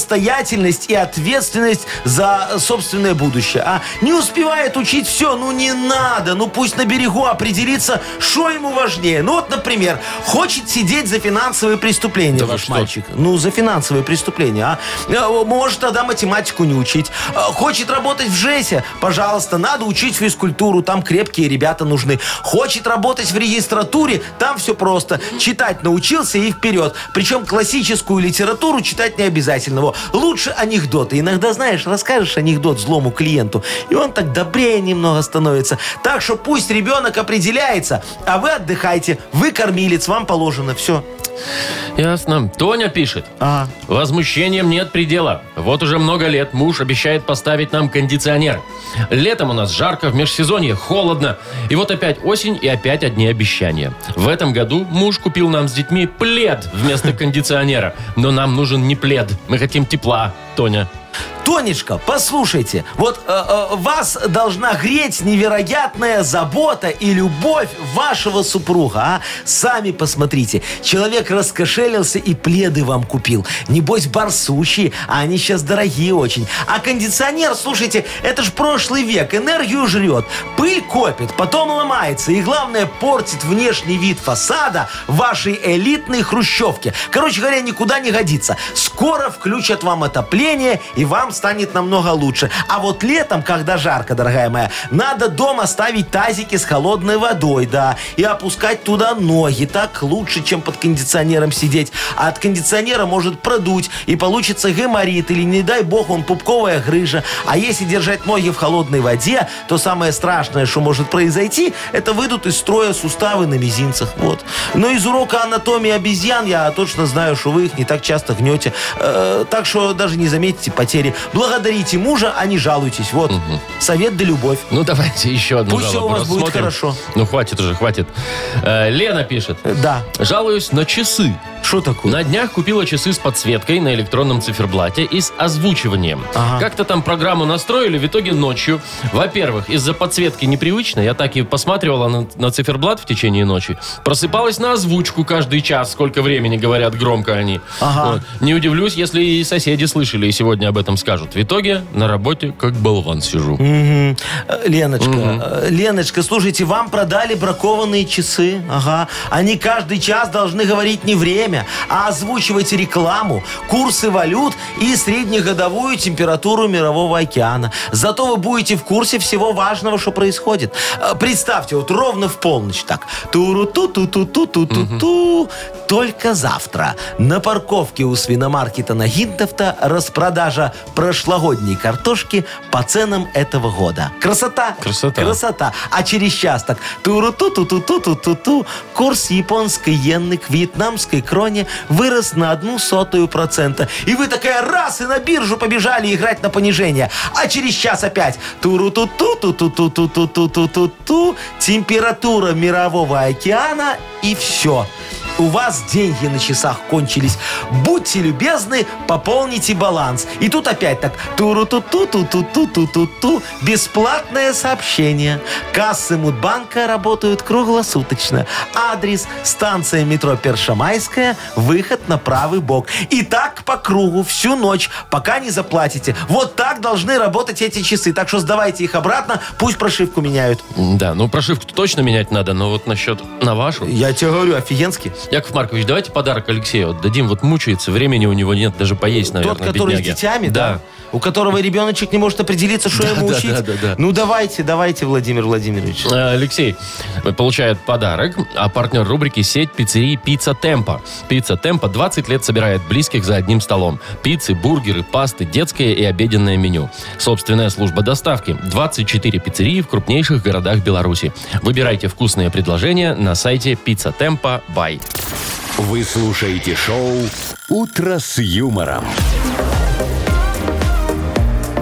[SPEAKER 3] самостоятельность и ответственность за собственное будущее. А не успевает учить все, ну не надо. Ну пусть на берегу определится, что ему важнее. Ну вот, например, хочет сидеть за финансовые преступления
[SPEAKER 2] Да вы
[SPEAKER 3] ваш
[SPEAKER 2] что?
[SPEAKER 3] мальчик. Ну, за финансовые преступления, а. Э, Может, тогда математику не учить. Э, Хочет работать в ЖЭСе, Пожалуйста, надо учить физкультуру, там крепкие ребята нужны. Хочет работать в регистратуре, там все просто. Читать научился и вперед. Причем классическую литературу читать не обязательно. Во, Лучше анекдоты. Иногда, знаешь, расскажешь анекдот злому клиенту, и он так добрее немного становится. Так что пусть ребенок определяется, а вы отдыхайте. Вы кормилец, вам положено. Все.
[SPEAKER 2] Ясно. Тоня пишет.
[SPEAKER 3] А.
[SPEAKER 2] Возмущением нет предела. Вот уже много лет муж обещает поставить нам кондиционер. Летом у нас жарко, в межсезонье холодно. И вот опять осень и опять одни обещания. В этом году муж купил нам с детьми плед
[SPEAKER 3] [laughs]
[SPEAKER 2] вместо кондиционера. Но нам нужен не плед. Мы хотим тепла, Тоня.
[SPEAKER 3] Тонечка, послушайте, вот э, э, вас должна греть невероятная забота и любовь вашего супруга, а? Сами посмотрите, человек раскошелился и пледы вам купил. Небось, барсучие, а они сейчас дорогие очень. А кондиционер, слушайте, это ж прошлый век, энергию жрет, пыль копит, потом ломается и, главное, портит внешний вид фасада вашей элитной хрущевки. Короче говоря, никуда не годится. Скоро включат вам отопление, и вам станет намного лучше. А вот летом, когда жарко, дорогая моя, надо дома ставить тазики с холодной водой, да, и опускать туда ноги. Так лучше, чем под кондиционером сидеть. А от кондиционера может продуть, и получится геморрит, или, не дай бог, он пупковая грыжа. А если держать ноги в холодной воде, то самое страшное, что может произойти, это выйдут из строя суставы на мизинцах. Вот. Но из урока анатомии обезьян я точно знаю, что вы их не так часто гнете. Э, так что даже не заметите потери. Благодарите мужа, а не жалуйтесь. Вот. Совет да любовь.
[SPEAKER 2] Ну, давайте еще одну
[SPEAKER 3] Пусть всё
[SPEAKER 2] жалобу
[SPEAKER 3] у вас будет
[SPEAKER 2] рассмотрим.
[SPEAKER 3] хорошо.
[SPEAKER 2] Ну, хватит уже, хватит. Э, Лена пишет.
[SPEAKER 3] Э, Да.
[SPEAKER 2] Жалуюсь на часы.
[SPEAKER 3] Что такое?
[SPEAKER 2] На днях купила часы с подсветкой на электронном циферблате и с озвучиванием.
[SPEAKER 3] Ага.
[SPEAKER 2] Как-то там программу настроили, в итоге ночью. Во-первых, из-за подсветки непривычно, я так и посматривала на, на циферблат в течение ночи. Просыпалась на озвучку каждый час, сколько времени говорят громко они.
[SPEAKER 3] Ага.
[SPEAKER 2] Вот. Не удивлюсь, если и соседи слышали и сегодня об этом скажут. В итоге на работе как болван сижу.
[SPEAKER 3] Мгм. Э, Леночка, э, Леночка, слушайте, вам продали бракованные часы. Ага. Они каждый час должны говорить не время, а озвучивать рекламу, курсы валют и среднегодовую температуру Мирового океана. Зато вы будете в курсе всего важного, что происходит. Э, Представьте, вот ровно в полночь так. туру ту ту ту ту ту ту ту Только завтра на парковке у свиномаркета Нагинтовта распродажа прошлогодней картошки по ценам этого года. Красота!
[SPEAKER 2] Красота.
[SPEAKER 3] Красота. А через час так туру ту ту ту ту ту ту ту курс японской иены к вьетнамской кроне вырос на одну сотую процента. И вы такая раз и на биржу побежали играть на понижение. А через час опять туру ту ту ту ту ту ту ту ту ту ту ту температура мирового океана и все. У вас деньги на часах кончились. Будьте любезны, пополните баланс. И тут опять так. туру ту ту ту ту ту ту ту ту Бесплатное сообщение. Кассы Мудбанка работают круглосуточно. Адрес станция метро Першамайская, выход на правый бок. И так по кругу всю ночь, пока не заплатите. Вот так должны работать эти часы. Так что сдавайте их обратно, пусть прошивку меняют.
[SPEAKER 2] Да, ну прошивку точно менять надо, но вот насчет на вашу.
[SPEAKER 3] Я тебе говорю, офигенски.
[SPEAKER 2] Яков Маркович, давайте подарок Алексею отдадим. Вот мучается, времени у него нет даже поесть, наверное,
[SPEAKER 3] Тот, который
[SPEAKER 2] бедняге.
[SPEAKER 3] с детьми, да. У которого ребеночек не может определиться, что ему
[SPEAKER 2] да,
[SPEAKER 3] учить.
[SPEAKER 2] да, да, да.
[SPEAKER 3] Ну давайте, давайте, Владимир Владимирович.
[SPEAKER 2] Э, Алексей получает подарок, а партнер рубрики «Сеть пиццерий Пицца Темпа». Пицца Темпа 20 лет собирает близких за одним столом. Пиццы, бургеры, пасты, детское и обеденное меню. Собственная служба доставки. 24 пиццерии в крупнейших городах Беларуси. Выбирайте вкусные предложения на сайте «Пицца Темпа Бай».
[SPEAKER 1] Вы слушаете шоу «Утро с юмором».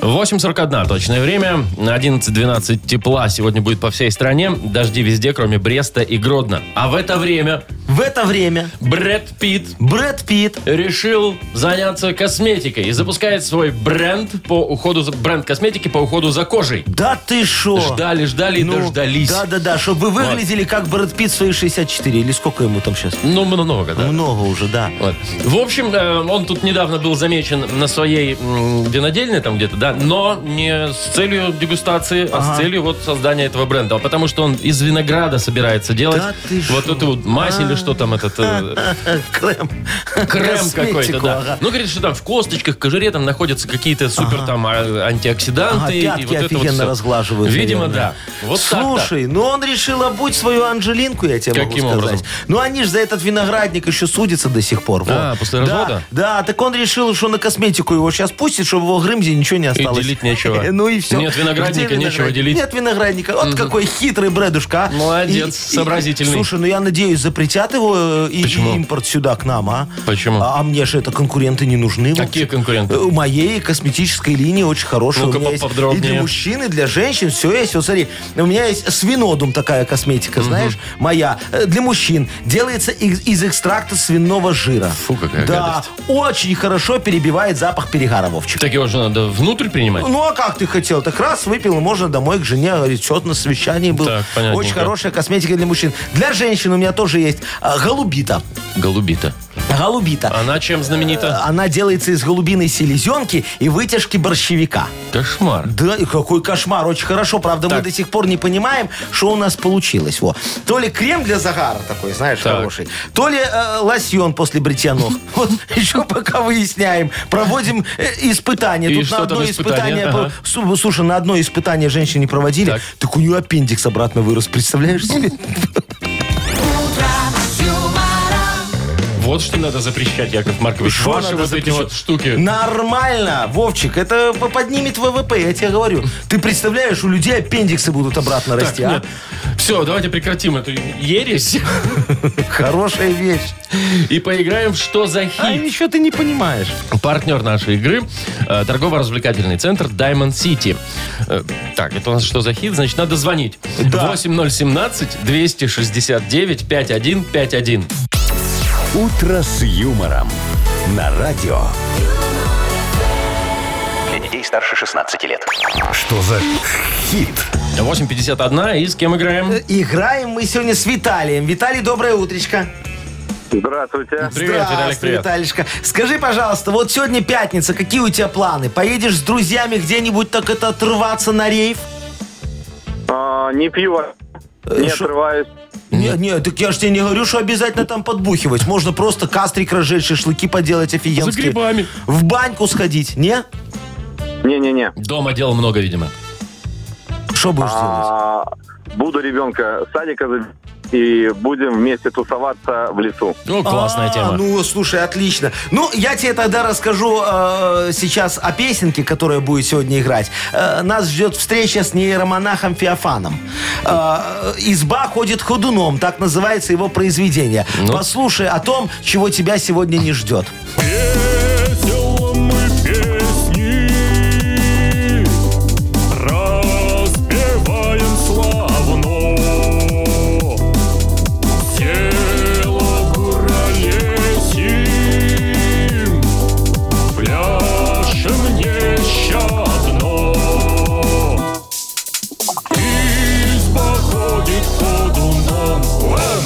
[SPEAKER 2] 8.41 точное время. 11.12 тепла сегодня будет по всей стране. Дожди везде, кроме Бреста и Гродно. А в это время
[SPEAKER 3] В это время
[SPEAKER 2] Брэд Питт
[SPEAKER 3] Брэд Питт
[SPEAKER 2] решил заняться косметикой и запускает свой бренд по уходу за... бренд косметики по уходу за кожей.
[SPEAKER 3] Да ты шо?
[SPEAKER 2] Ждали, ждали
[SPEAKER 3] Ну,
[SPEAKER 2] и дождались.
[SPEAKER 3] Да-да-да, чтобы вы выглядели как Брэд Питт в свои 64. Или сколько ему там сейчас?
[SPEAKER 2] Ну, много, да.
[SPEAKER 3] Много уже, да. [laughs]
[SPEAKER 2] Вот. В общем, э, он тут недавно был замечен на своей м, винодельне там где-то, да, но не с целью дегустации, а с А целью вот создания этого бренда, потому что он из винограда собирается делать
[SPEAKER 3] Да ты
[SPEAKER 2] вот
[SPEAKER 3] шо?
[SPEAKER 2] эту вот мазь или что там этот... э,
[SPEAKER 3] Крем.
[SPEAKER 2] Крем какой-то,
[SPEAKER 3] а, Косметику,
[SPEAKER 2] да.
[SPEAKER 3] ага.
[SPEAKER 2] Ну, говорит, что там в косточках, кожуре там находятся какие-то супер там а, антиоксиданты.
[SPEAKER 3] Ага,
[SPEAKER 2] и
[SPEAKER 3] пятки
[SPEAKER 2] вот это вот
[SPEAKER 3] офигенно
[SPEAKER 2] всё.
[SPEAKER 3] разглаживают.
[SPEAKER 2] Видимо,
[SPEAKER 3] наверное.
[SPEAKER 2] да. Вот так-то.
[SPEAKER 3] Слушай, ну он решил обуть свою Анжелинку, я тебе
[SPEAKER 2] Каким
[SPEAKER 3] могу сказать.
[SPEAKER 2] образом?
[SPEAKER 3] Ну они же за этот виноградник еще судятся до сих пор.
[SPEAKER 2] А,
[SPEAKER 3] вот.
[SPEAKER 2] после
[SPEAKER 3] Да,
[SPEAKER 2] развода?
[SPEAKER 3] Да, так он решил, что на косметику его сейчас пустит, чтобы его Грымзе ничего не осталось.
[SPEAKER 2] делить нечего.
[SPEAKER 3] [laughs] Ну и все.
[SPEAKER 2] Нет виноградника, нечего делить.
[SPEAKER 3] Нет виноградника. Вот какой хитрый бредушка. а.
[SPEAKER 2] Молодец,
[SPEAKER 3] И- и-
[SPEAKER 2] сообразительный.
[SPEAKER 3] Слушай, ну я надеюсь, запретят его э, и,
[SPEAKER 2] Почему?
[SPEAKER 3] и импорт сюда к нам, а?
[SPEAKER 2] Почему?
[SPEAKER 3] А, а мне же это конкуренты не нужны.
[SPEAKER 2] Какие
[SPEAKER 3] Вовчик.
[SPEAKER 2] конкуренты?
[SPEAKER 3] Э, У моей косметической линии очень хорошая.
[SPEAKER 2] Ну-ка,
[SPEAKER 3] У меня есть и
[SPEAKER 2] поподробнее.
[SPEAKER 3] для мужчин, и для женщин все есть. Вот смотри, у меня есть свинодум такая косметика, знаешь, моя. Э, Для мужчин. Делается из, из экстракта свиного жира.
[SPEAKER 2] Фу, какая
[SPEAKER 3] Да, очень хорошо перебивает запах перегара, Вовчик.
[SPEAKER 2] Так его же надо внутрь принимать.
[SPEAKER 3] Ну, а как ты хотел? Так раз выпил, и можно домой к жене. Говорит, что на совещании был.
[SPEAKER 2] Так, понятненько.
[SPEAKER 3] Очень хорошая косметика для мужчин. Для женщин у меня тоже есть а, голубита.
[SPEAKER 2] Голубита.
[SPEAKER 3] Голубита.
[SPEAKER 2] Она чем знаменита?
[SPEAKER 3] Она делается из голубиной селезенки и вытяжки борщевика.
[SPEAKER 2] Кошмар.
[SPEAKER 3] Да, и какой кошмар. Очень хорошо. Правда, мы
[SPEAKER 2] Так.
[SPEAKER 3] до сих пор не понимаем, что у нас получилось. Во. То ли крем для загара такой, знаешь,
[SPEAKER 2] Так.
[SPEAKER 3] хороший, то ли э, лосьон после
[SPEAKER 2] [laughs]
[SPEAKER 3] бритья ног. Вот еще пока выясняем. Проводим э, испытание.
[SPEAKER 2] И
[SPEAKER 3] Тут
[SPEAKER 2] что
[SPEAKER 3] на
[SPEAKER 2] там испытание?
[SPEAKER 3] одно испытание... по-
[SPEAKER 2] Ага.
[SPEAKER 3] Су- Слушай, на одно испытание женщине проводили,
[SPEAKER 2] Так.
[SPEAKER 3] так у нее аппендикс обратно вырос. Представляешь
[SPEAKER 2] [laughs]
[SPEAKER 3] себе?
[SPEAKER 2] Вот что надо запрещать, Яков Маркович.
[SPEAKER 3] Что
[SPEAKER 2] Ваши
[SPEAKER 3] надо
[SPEAKER 2] вот эти
[SPEAKER 3] запрещать?
[SPEAKER 2] вот штуки.
[SPEAKER 3] Нормально, Вовчик, это п- поднимет ВВП, я тебе говорю. Ты представляешь, у людей аппендиксы будут обратно расти, а?
[SPEAKER 2] Все, давайте прекратим эту ересь [laughs]
[SPEAKER 3] Хорошая вещь.
[SPEAKER 2] и поиграем в «Что за
[SPEAKER 3] А
[SPEAKER 2] хит?».
[SPEAKER 3] еще ты не понимаешь.
[SPEAKER 2] Партнер нашей игры э, торгово-развлекательный центр Diamond City. Э, Так, это у нас что за хит? Значит, надо звонить. 8017 269 5151.
[SPEAKER 1] «Утро с юмором» на радио.
[SPEAKER 5] Для детей старше 16 лет.
[SPEAKER 1] Что за хит?
[SPEAKER 2] 851 и с кем
[SPEAKER 3] Э,
[SPEAKER 2] играем?
[SPEAKER 3] Играем мы сегодня с Виталием. Виталий, доброе утречко.
[SPEAKER 6] Здравствуйте.
[SPEAKER 2] Привет, Виталик,
[SPEAKER 3] Здравствуй,
[SPEAKER 2] привет.
[SPEAKER 3] Виталишка. Скажи, пожалуйста, вот сегодня пятница, какие у тебя планы? Поедешь с друзьями где-нибудь так это отрываться на рейв?
[SPEAKER 6] А, не пью, а не
[SPEAKER 3] Э, шо-
[SPEAKER 6] отрываюсь.
[SPEAKER 3] Нет, нет, так я же тебе не говорю, что обязательно там подбухивать. Можно просто кастрик разжечь, шашлыки поделать офигенские.
[SPEAKER 2] За грибами.
[SPEAKER 3] В баньку сходить, не?
[SPEAKER 6] Не-не-не.
[SPEAKER 2] Дома дел много, видимо.
[SPEAKER 3] Что будешь делать?
[SPEAKER 6] А, буду ребенка с садика забирать и будем вместе тусоваться в лесу.
[SPEAKER 2] Ну, классная
[SPEAKER 3] А,
[SPEAKER 2] тема.
[SPEAKER 3] Ну, слушай, отлично. Ну, я тебе тогда расскажу э, сейчас о песенке, которая будет сегодня играть. Э, нас ждет встреча с нейромонахом Феофаном. Э, «Изба ходит ходуном», так называется его произведение.
[SPEAKER 2] Ну.
[SPEAKER 3] Послушай о том, чего тебя сегодня не ждет.
[SPEAKER 7] Разбиваем славно Тело буролесим Пляшем нещадно Изба ходит ходуном Вэм!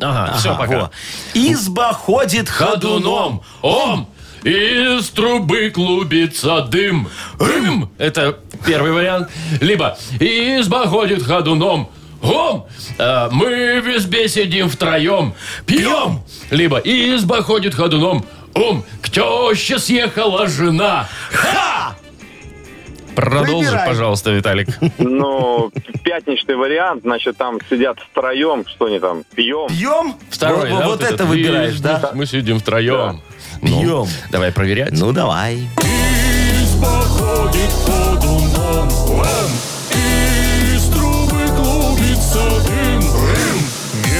[SPEAKER 2] Ага, все, пока.
[SPEAKER 3] Во. «Изба ходит ходуном».
[SPEAKER 2] Ходуном, ом, из трубы клубится дым. Рым. Это первый вариант. Либо изба ходит ходуном. Гом! Э, мы в избе сидим втроем. Пьем! Либо изба ходит ходуном. Ум! К теще съехала жена. Ха! Продолжи,
[SPEAKER 3] Выбирай.
[SPEAKER 2] пожалуйста, Виталик.
[SPEAKER 6] Но Ну, [laughs] пятничный вариант, значит, там сидят втроем, что они там, пьем.
[SPEAKER 3] Пьем?
[SPEAKER 2] Второй,
[SPEAKER 3] вот,
[SPEAKER 2] да,
[SPEAKER 3] вот это
[SPEAKER 2] этот?
[SPEAKER 3] выбираешь,
[SPEAKER 2] Изба-
[SPEAKER 3] да?
[SPEAKER 2] Мы сидим втроем. Ну,
[SPEAKER 3] Пьем.
[SPEAKER 2] давай проверять.
[SPEAKER 3] Ну, давай.
[SPEAKER 7] Изба ходит ходуном Лэм. Эм. Из трубы клубится дым Эм. Рым. Не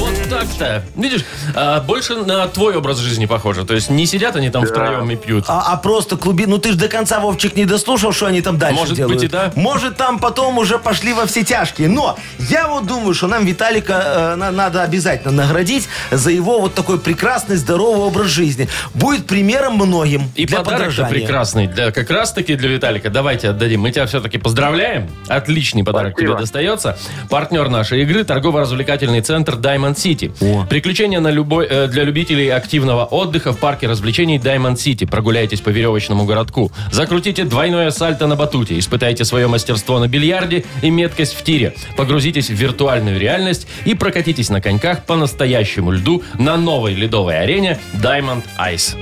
[SPEAKER 2] Вот так-то. Видишь, а, больше на твой образ жизни похоже. То есть не сидят они там втроем и пьют.
[SPEAKER 3] А, а просто клуби... Ну ты же до конца, Вовчик, не дослушал, что они там дальше
[SPEAKER 2] Может быть,
[SPEAKER 3] делают.
[SPEAKER 2] и да.
[SPEAKER 3] Может, там потом уже пошли во все тяжкие. Но я вот думаю, что нам Виталика э, на- надо обязательно наградить за его вот такой прекрасный, здоровый образ жизни. Будет примером многим
[SPEAKER 2] И
[SPEAKER 3] для
[SPEAKER 2] подарок-то
[SPEAKER 3] подражания.
[SPEAKER 2] прекрасный. Для, как раз-таки для Виталика. Давайте отдадим. Мы тебя все-таки поздравляем. Отличный подарок
[SPEAKER 6] Спасибо.
[SPEAKER 2] тебе достается. Партнер нашей игры – торгово-развлекательный центр Diamond City. Приключения на любой, э, для любителей активного отдыха в парке развлечений Diamond City. Прогуляйтесь по веревочному городку. Закрутите двойное сальто на батуте. Испытайте свое мастерство на бильярде и меткость в тире. Погрузитесь в виртуальную реальность и прокатитесь на коньках по настоящему льду на новой ледовой арене Diamond Ice.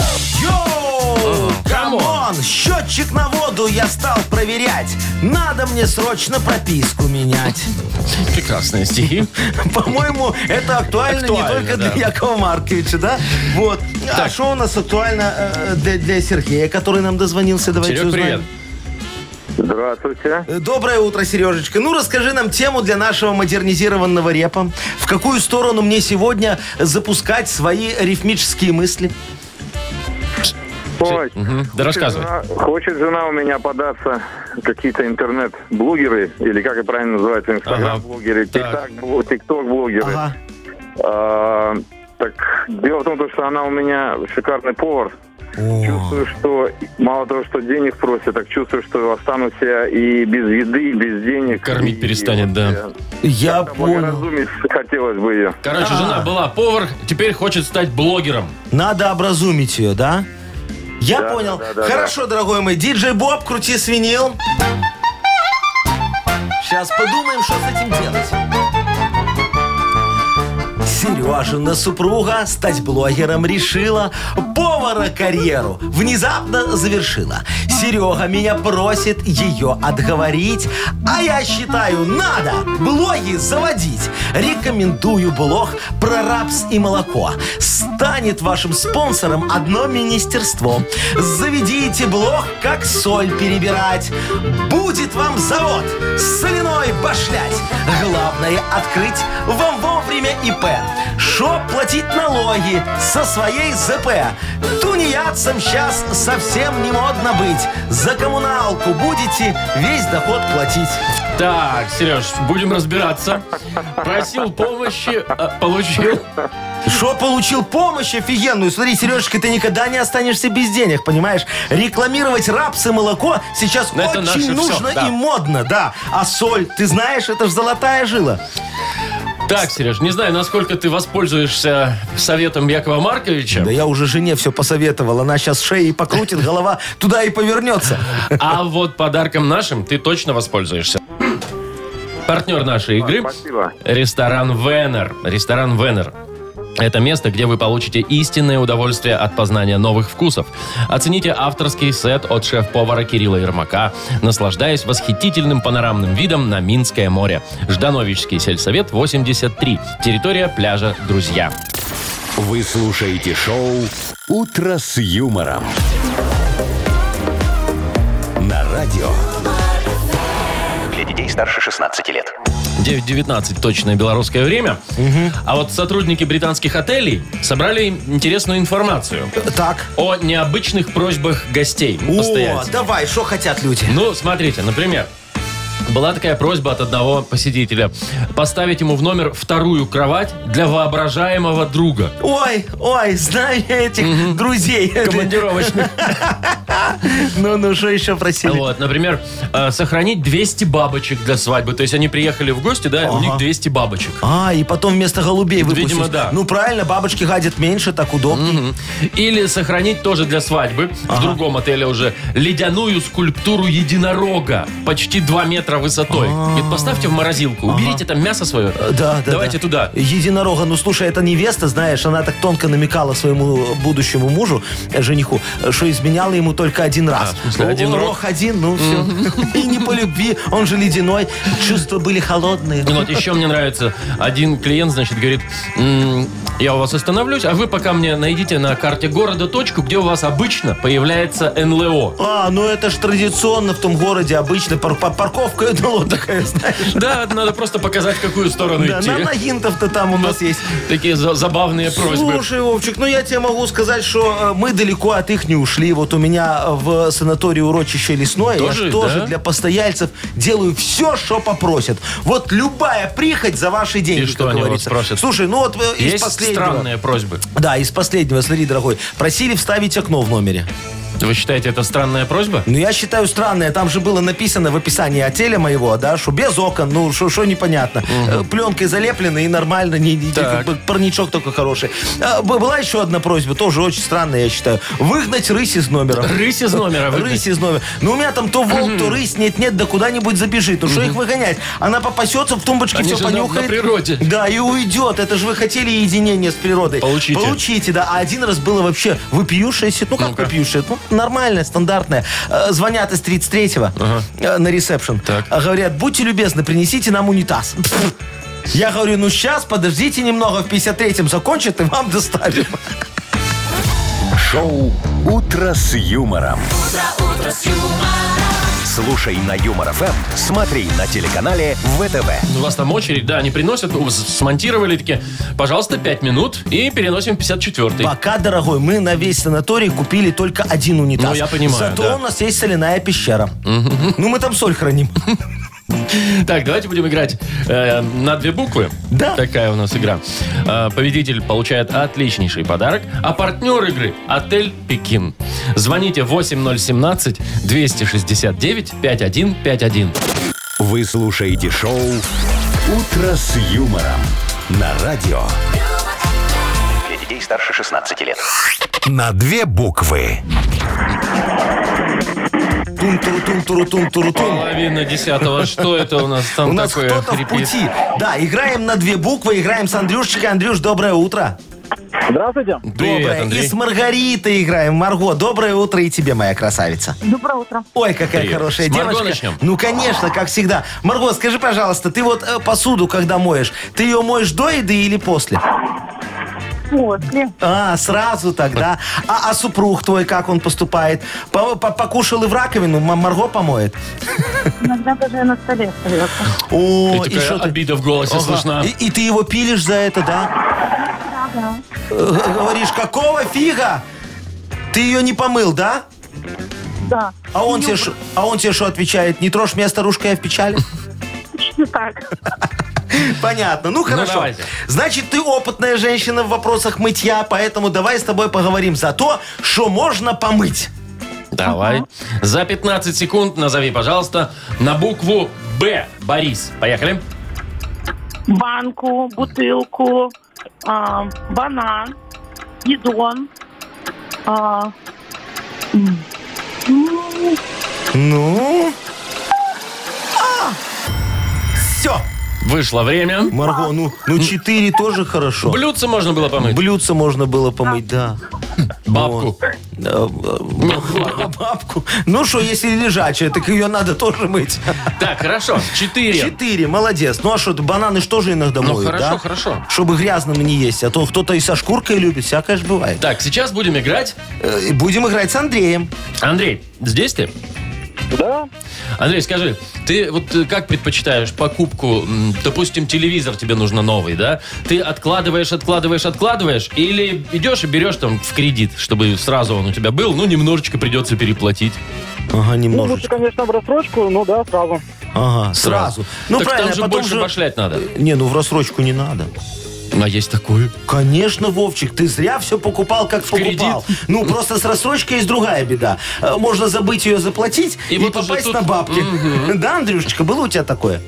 [SPEAKER 3] Йоу!
[SPEAKER 2] камон!
[SPEAKER 3] Камон! Счетчик на воду я стал проверять. Надо мне срочно прописку менять. [laughs]
[SPEAKER 2] Прекрасные стихи.
[SPEAKER 3] По-моему, это актуально,
[SPEAKER 2] Актуально,
[SPEAKER 3] не только
[SPEAKER 2] да.
[SPEAKER 3] для Якова Марковича, да? Вот. А
[SPEAKER 2] Так.
[SPEAKER 3] что у нас актуально э, для, для Сергея, который нам дозвонился? Давайте
[SPEAKER 2] Серег,
[SPEAKER 3] узнаем.
[SPEAKER 2] привет.
[SPEAKER 6] Здравствуйте.
[SPEAKER 3] Э, Доброе утро, Сережечка. Ну, расскажи нам тему для нашего модернизированного репа. В какую сторону мне сегодня запускать свои рифмические мысли?
[SPEAKER 6] Ой,
[SPEAKER 2] Мгм. Да рассказывай.
[SPEAKER 6] жена- хочет жена у меня податься какие-то интернет-блогеры, или как это правильно называется, инстаграм-блогеры,
[SPEAKER 2] Так.
[SPEAKER 6] тиктак-бло- тикток-блогеры.
[SPEAKER 3] Ага.
[SPEAKER 6] А, так, дело в том, то, что она у меня шикарный повар. Чувствую, что мало того, что денег просит, так чувствую, что останусь я и без еды, и без денег.
[SPEAKER 2] Кормить
[SPEAKER 6] И
[SPEAKER 2] перестанет,
[SPEAKER 6] вот,
[SPEAKER 2] да.
[SPEAKER 6] э,
[SPEAKER 3] Я понял.
[SPEAKER 6] Благоразумить хотелось бы ее.
[SPEAKER 2] Короче,
[SPEAKER 3] А.
[SPEAKER 2] жена была повар, теперь хочет стать блогером.
[SPEAKER 3] Надо образумить ее, да? Я
[SPEAKER 6] Да,
[SPEAKER 3] понял.
[SPEAKER 6] да, да, да,
[SPEAKER 3] Хорошо, дорогой мой. Диджей Боб, крути свинил. Сейчас подумаем, что с этим делать. Сережина супруга стать блогером решила, повара карьеру внезапно завершила. Серега меня просит ее отговорить, а я считаю, надо блоги заводить. Рекомендую блог про рапс и молоко. Станет вашим спонсором одно министерство. Заведите блог, как соль перебирать. Будет вам завод соляной башлять. Главное открыть вам вовремя ИП. Шо платить налоги со своей ЗП? Тунеядцам сейчас совсем не модно быть. За коммуналку будете весь доход платить.
[SPEAKER 2] Так, Сереж, будем разбираться. Просил помощи, а, получил.
[SPEAKER 3] Шо получил помощь офигенную? Смотри, Сережечка, ты никогда не останешься без денег, понимаешь? Рекламировать рапс и молоко сейчас
[SPEAKER 2] Ну, это наше всё,
[SPEAKER 3] очень нужно
[SPEAKER 2] да.
[SPEAKER 3] и модно, да. А соль, ты знаешь, это ж золотая жила.
[SPEAKER 2] Так, Сереж, не знаю, насколько ты воспользуешься советом Якова Марковича,
[SPEAKER 3] Да я уже жене все посоветовал. Она сейчас шеей покрутит, голова туда и Э, повернется.
[SPEAKER 2] а вот подарком нашим ты точно воспользуешься. Партнер нашей игры
[SPEAKER 6] Спасибо.
[SPEAKER 2] Ресторан Венер. Ресторан Венер. Это место, где вы получите истинное удовольствие от познания новых вкусов. Оцените авторский сет от шеф-повара Кирилла Ермака, наслаждаясь восхитительным панорамным видом на Минское море. Ждановический сельсовет 83. Территория пляжа «Друзья».
[SPEAKER 1] Вы слушаете шоу «Утро с юмором». На радио.
[SPEAKER 5] Для детей старше 16 лет.
[SPEAKER 2] 9.19 точное белорусское время. А вот сотрудники британских отелей собрали интересную информацию
[SPEAKER 3] Так.
[SPEAKER 2] о необычных просьбах гостей.
[SPEAKER 3] О,
[SPEAKER 2] постояльцев.
[SPEAKER 3] давай, что хотят люди?
[SPEAKER 2] Ну, смотрите, например, была такая просьба от одного посетителя поставить ему в номер вторую кровать для воображаемого друга.
[SPEAKER 3] Ой, ой, знаю я этих друзей.
[SPEAKER 2] Командировочных.
[SPEAKER 3] [laughs] Ну, ну, что еще просили?
[SPEAKER 2] Вот, например, э, сохранить 200 бабочек для свадьбы. То есть они приехали в гости, да, у них 200 бабочек.
[SPEAKER 3] А, и потом вместо голубей выпустить.
[SPEAKER 2] Видимо, да.
[SPEAKER 3] Ну, правильно, бабочки гадят меньше, так удобнее.
[SPEAKER 2] Или сохранить тоже для свадьбы в другом отеле уже ледяную скульптуру единорога почти 2 метра высотой. Говорит, поставьте в морозилку, уберите там мясо свое.
[SPEAKER 3] А. Э, Да, да.
[SPEAKER 2] Давайте
[SPEAKER 3] да.
[SPEAKER 2] туда.
[SPEAKER 3] Единорога. Ну, слушай, эта невеста, знаешь, она так тонко намекала своему будущему мужу, э, жениху, э, что изменяла ему только один раз.
[SPEAKER 2] А, в смысле, один
[SPEAKER 3] О,
[SPEAKER 2] рог?
[SPEAKER 3] рог один, ну все. И не по любви, он же ледяной. Чувства были холодные.
[SPEAKER 2] Ну вот еще мне нравится, один клиент, значит, говорит, «М, я у вас остановлюсь, а вы пока мне найдите на карте города точку, где у вас обычно появляется НЛО.
[SPEAKER 3] А, ну это ж традиционно в том городе обычно пар- пар- парковка [laughs] ну, такая, знаешь.
[SPEAKER 2] Да, надо просто показать, в какую сторону
[SPEAKER 3] Да,
[SPEAKER 2] идти.
[SPEAKER 3] на нагинтов-то там у
[SPEAKER 2] Ну,
[SPEAKER 3] нас есть.
[SPEAKER 2] Такие за- забавные просьбы.
[SPEAKER 3] Слушай, Вовчик, ну я тебе могу сказать, что э, мы далеко от их не ушли. Вот у меня в санатории урочище лесное
[SPEAKER 2] Тоже,
[SPEAKER 3] я ж тоже
[SPEAKER 2] да?
[SPEAKER 3] для постояльцев делаю все, что попросят. Вот любая прихоть за ваши деньги,
[SPEAKER 2] И что
[SPEAKER 3] как
[SPEAKER 2] они вас
[SPEAKER 3] говорится.
[SPEAKER 2] просят?
[SPEAKER 3] Слушай, ну вот э, из
[SPEAKER 2] Есть
[SPEAKER 3] последнего.
[SPEAKER 2] странные просьбы.
[SPEAKER 3] Да, из последнего, смотри, дорогой. Просили вставить окно в номере.
[SPEAKER 2] Вы считаете, это странная просьба?
[SPEAKER 3] Ну, я считаю странное. Там же было написано в описании отеля моего, да, что без окон, ну, что непонятно. Э, Пленкой залеплено и нормально, не, не-
[SPEAKER 2] Так.
[SPEAKER 3] как бы парничок только хороший. А, б- была еще одна просьба, тоже очень странная, я считаю. Выгнать рысь из номера.
[SPEAKER 2] Рысь из номера выгнать?
[SPEAKER 3] Рысь из номера. Ну, у меня там то волк, то рысь, нет-нет, да куда-нибудь забежит. Ну, что их выгонять? Она попасется, в тумбочке
[SPEAKER 2] Они
[SPEAKER 3] все
[SPEAKER 2] же на- на
[SPEAKER 3] понюхает.
[SPEAKER 2] природе.
[SPEAKER 3] Да, и уйдет. Это же вы хотели единение с природой.
[SPEAKER 2] Получите.
[SPEAKER 3] Получите, да. А один раз было вообще выпиющее, ну как
[SPEAKER 2] Ну-ка.
[SPEAKER 3] выпиющее, ну нормальное, стандартное. Э, Звонят из 33-го э, на ресепшн.
[SPEAKER 2] Так.
[SPEAKER 3] А Говорят, будьте любезны, принесите нам
[SPEAKER 2] [laughs]
[SPEAKER 3] унитаз. Я говорю, ну сейчас, подождите немного, в 53-м закончат и вам доставим.
[SPEAKER 1] Шоу «Утро с юмором». Слушай на Юмор ФМ, смотри на телеканале ВТВ.
[SPEAKER 2] У вас там очередь, да, они приносят, ну, с- смонтировали такие, пожалуйста, 5 минут и переносим в 54-й.
[SPEAKER 3] Пока, дорогой, мы на весь санаторий купили только один унитаз.
[SPEAKER 2] Ну, я понимаю,
[SPEAKER 3] Зато
[SPEAKER 2] да.
[SPEAKER 3] у нас есть соляная пещера. Ну, мы там соль храним.
[SPEAKER 2] Так, давайте будем играть э, на две буквы.
[SPEAKER 3] Да.
[SPEAKER 2] Такая у нас игра. Э, победитель получает отличнейший подарок, а партнер игры – отель «Пекин». Звоните 8017-269-5151.
[SPEAKER 1] Вы слушаете шоу «Утро с юмором» на радио.
[SPEAKER 5] Для детей старше 16 лет.
[SPEAKER 1] На две буквы.
[SPEAKER 3] тун туру тун туру тун туру тун
[SPEAKER 2] Половина десятого. Что это у нас там
[SPEAKER 3] У нас
[SPEAKER 2] такое?
[SPEAKER 3] кто-то в
[SPEAKER 2] хрипит?
[SPEAKER 3] пути. Да, играем на две буквы, играем с Андрюшечкой. Андрюш, доброе утро.
[SPEAKER 8] Здравствуйте.
[SPEAKER 2] Привет,
[SPEAKER 3] доброе.
[SPEAKER 2] Андрей.
[SPEAKER 3] И с Маргаритой играем. Марго, доброе утро и тебе, моя красавица.
[SPEAKER 9] Доброе утро.
[SPEAKER 3] Ой, какая
[SPEAKER 2] Привет.
[SPEAKER 3] хорошая
[SPEAKER 2] С Марго
[SPEAKER 3] девочка.
[SPEAKER 2] начнем?
[SPEAKER 3] Ну, конечно, как всегда. Марго, скажи, пожалуйста, ты вот э, посуду, когда моешь, ты ее моешь до еды или после?
[SPEAKER 9] После.
[SPEAKER 3] А, сразу тогда. А, а супруг твой, как он поступает? По- по- Покушал и в раковину, М- Марго помоет.
[SPEAKER 9] Иногда даже на столе остается.
[SPEAKER 2] И
[SPEAKER 3] О, и
[SPEAKER 2] такая
[SPEAKER 3] что ты?
[SPEAKER 2] обида в голосе
[SPEAKER 3] Ага.
[SPEAKER 2] слышна.
[SPEAKER 3] И, и ты его пилишь за это, да? Э, г- Говоришь, какого фига? Ты ее не помыл, да?
[SPEAKER 9] Да.
[SPEAKER 3] А он, тебе, шо- а он тебе что отвечает? Не трожь меня, старушка, я в печали.
[SPEAKER 9] Точно так.
[SPEAKER 3] Понятно. Ну, хорошо.
[SPEAKER 2] давайте.
[SPEAKER 3] Значит, ты опытная женщина в вопросах мытья, поэтому давай с тобой поговорим за то, что можно помыть.
[SPEAKER 2] Давай. За 15 секунд назови, пожалуйста, на букву «Б». Борис. Поехали.
[SPEAKER 9] Банку, бутылку, а, банан, бидон. а, м, м,
[SPEAKER 3] Ну? Все.
[SPEAKER 2] Вышло время.
[SPEAKER 3] Марго, ну, ну 4 тоже хорошо.
[SPEAKER 2] Блюдце можно было помыть.
[SPEAKER 3] Блюдце можно было помыть, да.
[SPEAKER 2] Бабку.
[SPEAKER 3] Э,
[SPEAKER 2] Ну.
[SPEAKER 3] э, Бабку. Ну что, если лежачая, так ее надо тоже мыть.
[SPEAKER 2] Так, хорошо. Четыре.
[SPEAKER 3] Четыре, молодец. Ну а что, ты, бананы ж тоже иногда
[SPEAKER 2] Ну,
[SPEAKER 3] моют,
[SPEAKER 2] хорошо,
[SPEAKER 3] да?
[SPEAKER 2] хорошо.
[SPEAKER 3] Чтобы грязным не есть, а то кто-то и со шкуркой любит, всякое же бывает.
[SPEAKER 2] Так, сейчас будем играть.
[SPEAKER 3] Э, Будем играть с Андреем.
[SPEAKER 2] Андрей, здесь ты?
[SPEAKER 8] Да?
[SPEAKER 2] Андрей, скажи, ты вот э, как предпочитаешь покупку, м, допустим, телевизор тебе нужно новый, да? Ты откладываешь, откладываешь, откладываешь, или идешь и берешь там в кредит, чтобы сразу он у тебя был, ну, немножечко придется переплатить.
[SPEAKER 3] Ага,
[SPEAKER 8] Ну, лучше,
[SPEAKER 3] немножечко.
[SPEAKER 8] конечно, в рассрочку, но да, сразу.
[SPEAKER 3] Ага, сразу. Ну
[SPEAKER 2] так
[SPEAKER 3] правильно,
[SPEAKER 2] там же
[SPEAKER 3] потом
[SPEAKER 2] больше
[SPEAKER 3] же... Э,
[SPEAKER 2] башлять надо.
[SPEAKER 3] Не, ну в рассрочку не надо.
[SPEAKER 2] Ну, А есть такое?
[SPEAKER 3] Конечно, Вовчик, ты зря все покупал, как покупал. Ну, просто с рассрочкой есть другая беда. Э, Можно забыть ее заплатить
[SPEAKER 2] И
[SPEAKER 3] и,
[SPEAKER 2] вот уже
[SPEAKER 3] попасть
[SPEAKER 2] тут-
[SPEAKER 3] на бабки. Да, Андрюшечка, было у тебя такое?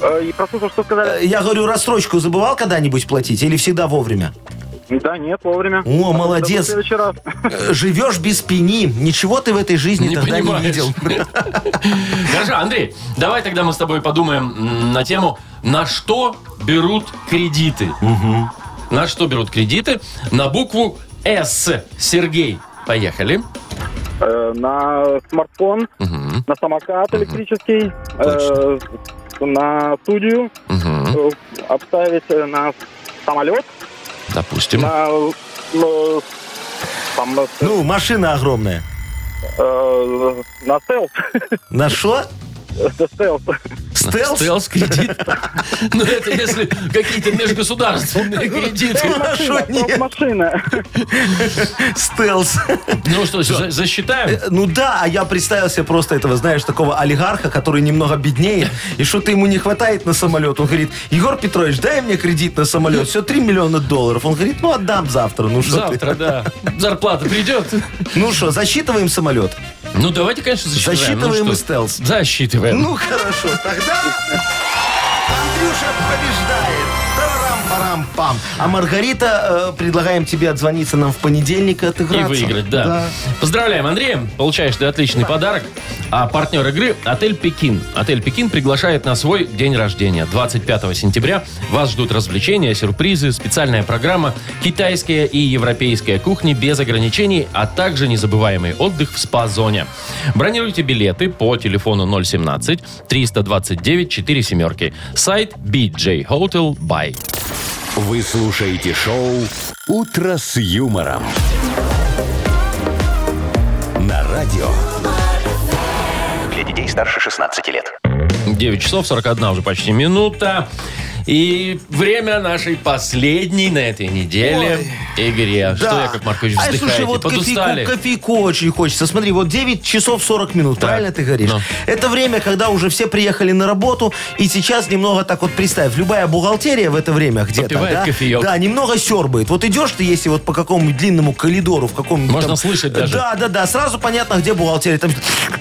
[SPEAKER 8] Э, И прослушал, что сказали.
[SPEAKER 3] Э, Я говорю, рассрочку забывал когда-нибудь платить или всегда вовремя?
[SPEAKER 2] Э,
[SPEAKER 8] Да, нет, вовремя.
[SPEAKER 3] О,
[SPEAKER 8] Да, в
[SPEAKER 3] молодец.
[SPEAKER 8] следующий раз.
[SPEAKER 3] Э, Живешь без пени. Ничего ты в этой жизни
[SPEAKER 2] Не
[SPEAKER 3] тогда
[SPEAKER 2] понимаешь.
[SPEAKER 3] не видел.
[SPEAKER 2] [laughs] Хорошо, Андрей, давай тогда мы с тобой подумаем м, на тему, на что берут кредиты. На что берут кредиты? На букву «С». Сергей, поехали.
[SPEAKER 8] Э, На смартфон,
[SPEAKER 2] Мгм,
[SPEAKER 8] на самокат электрический, э, на студию,
[SPEAKER 2] мгм.
[SPEAKER 8] э, обставить э, на самолет,
[SPEAKER 2] Допустим.
[SPEAKER 8] на... э, ну, там, э,
[SPEAKER 3] Ну, машина огромная.
[SPEAKER 8] э, на стелс. [laughs]
[SPEAKER 3] На что?
[SPEAKER 8] На стелс.
[SPEAKER 3] Стелс? [laughs]
[SPEAKER 2] Стелс-кредит. [laughs] Ну, это если какие-то межгосударственные кредиты.
[SPEAKER 3] На шо
[SPEAKER 8] Стоп,
[SPEAKER 3] нет?
[SPEAKER 8] Машина.
[SPEAKER 3] Стелс.
[SPEAKER 2] Ну что, за- засчитаем?
[SPEAKER 3] Э, Ну да, а я представил себе просто этого, знаешь, такого олигарха, который немного беднее, и что-то ему не хватает на самолет. Он говорит, Егор Петрович, дай мне кредит на самолет, все 3 миллиона долларов. Он говорит, ну отдам завтра, ну что ты.
[SPEAKER 2] Завтра, да. Зарплата придет.
[SPEAKER 3] Ну что, засчитываем самолет?
[SPEAKER 2] Ну, давайте, конечно, засчитаем.
[SPEAKER 3] Засчитываем
[SPEAKER 2] Ну,
[SPEAKER 3] и
[SPEAKER 2] что?
[SPEAKER 3] стелс.
[SPEAKER 2] Засчитываем.
[SPEAKER 3] Ну хорошо, тогда Андрюша побеждает. Тарарам-парам-пам. А Маргарита, э, предлагаем тебе отзвониться нам в понедельник и
[SPEAKER 2] И
[SPEAKER 3] отыграться.
[SPEAKER 2] выиграть, да. Поздравляем, Андрей. Получаешь ты отличный подарок. А партнер игры – отель «Пекин». Отель «Пекин» приглашает на свой день рождения. 25 сентября вас ждут развлечения, сюрпризы, специальная программа, китайская и европейская кухни без ограничений, а также незабываемый отдых в спа-зоне. Бронируйте билеты по телефону 017-329-4 семерки. Сайт BJ Hotel Buy.
[SPEAKER 1] Вы слушаете шоу «Утро с юмором». На радио.
[SPEAKER 5] Для детей старше 16 лет.
[SPEAKER 2] 9 часов 41 уже почти минута. И время нашей последней на этой неделе игре. а Что,
[SPEAKER 3] Да.
[SPEAKER 2] Яков Маркович,
[SPEAKER 3] Ай,
[SPEAKER 2] вздыхаете?
[SPEAKER 3] слушай, вот кофейку,
[SPEAKER 2] Подустали?
[SPEAKER 3] кофейку очень хочется. Смотри, вот 9 часов 40 минут, правильно ты говоришь?
[SPEAKER 2] Ну.
[SPEAKER 3] Это время, когда уже все приехали на работу, и сейчас немного так вот представь, любая бухгалтерия в это время где-то,
[SPEAKER 2] Попивает
[SPEAKER 3] да,
[SPEAKER 2] кофеек.
[SPEAKER 3] да, немного сербает. Вот идешь ты, если вот по какому-нибудь длинному коридору, в каком
[SPEAKER 2] Можно слышать даже.
[SPEAKER 3] Да, да, да, сразу понятно, где бухгалтерия. Там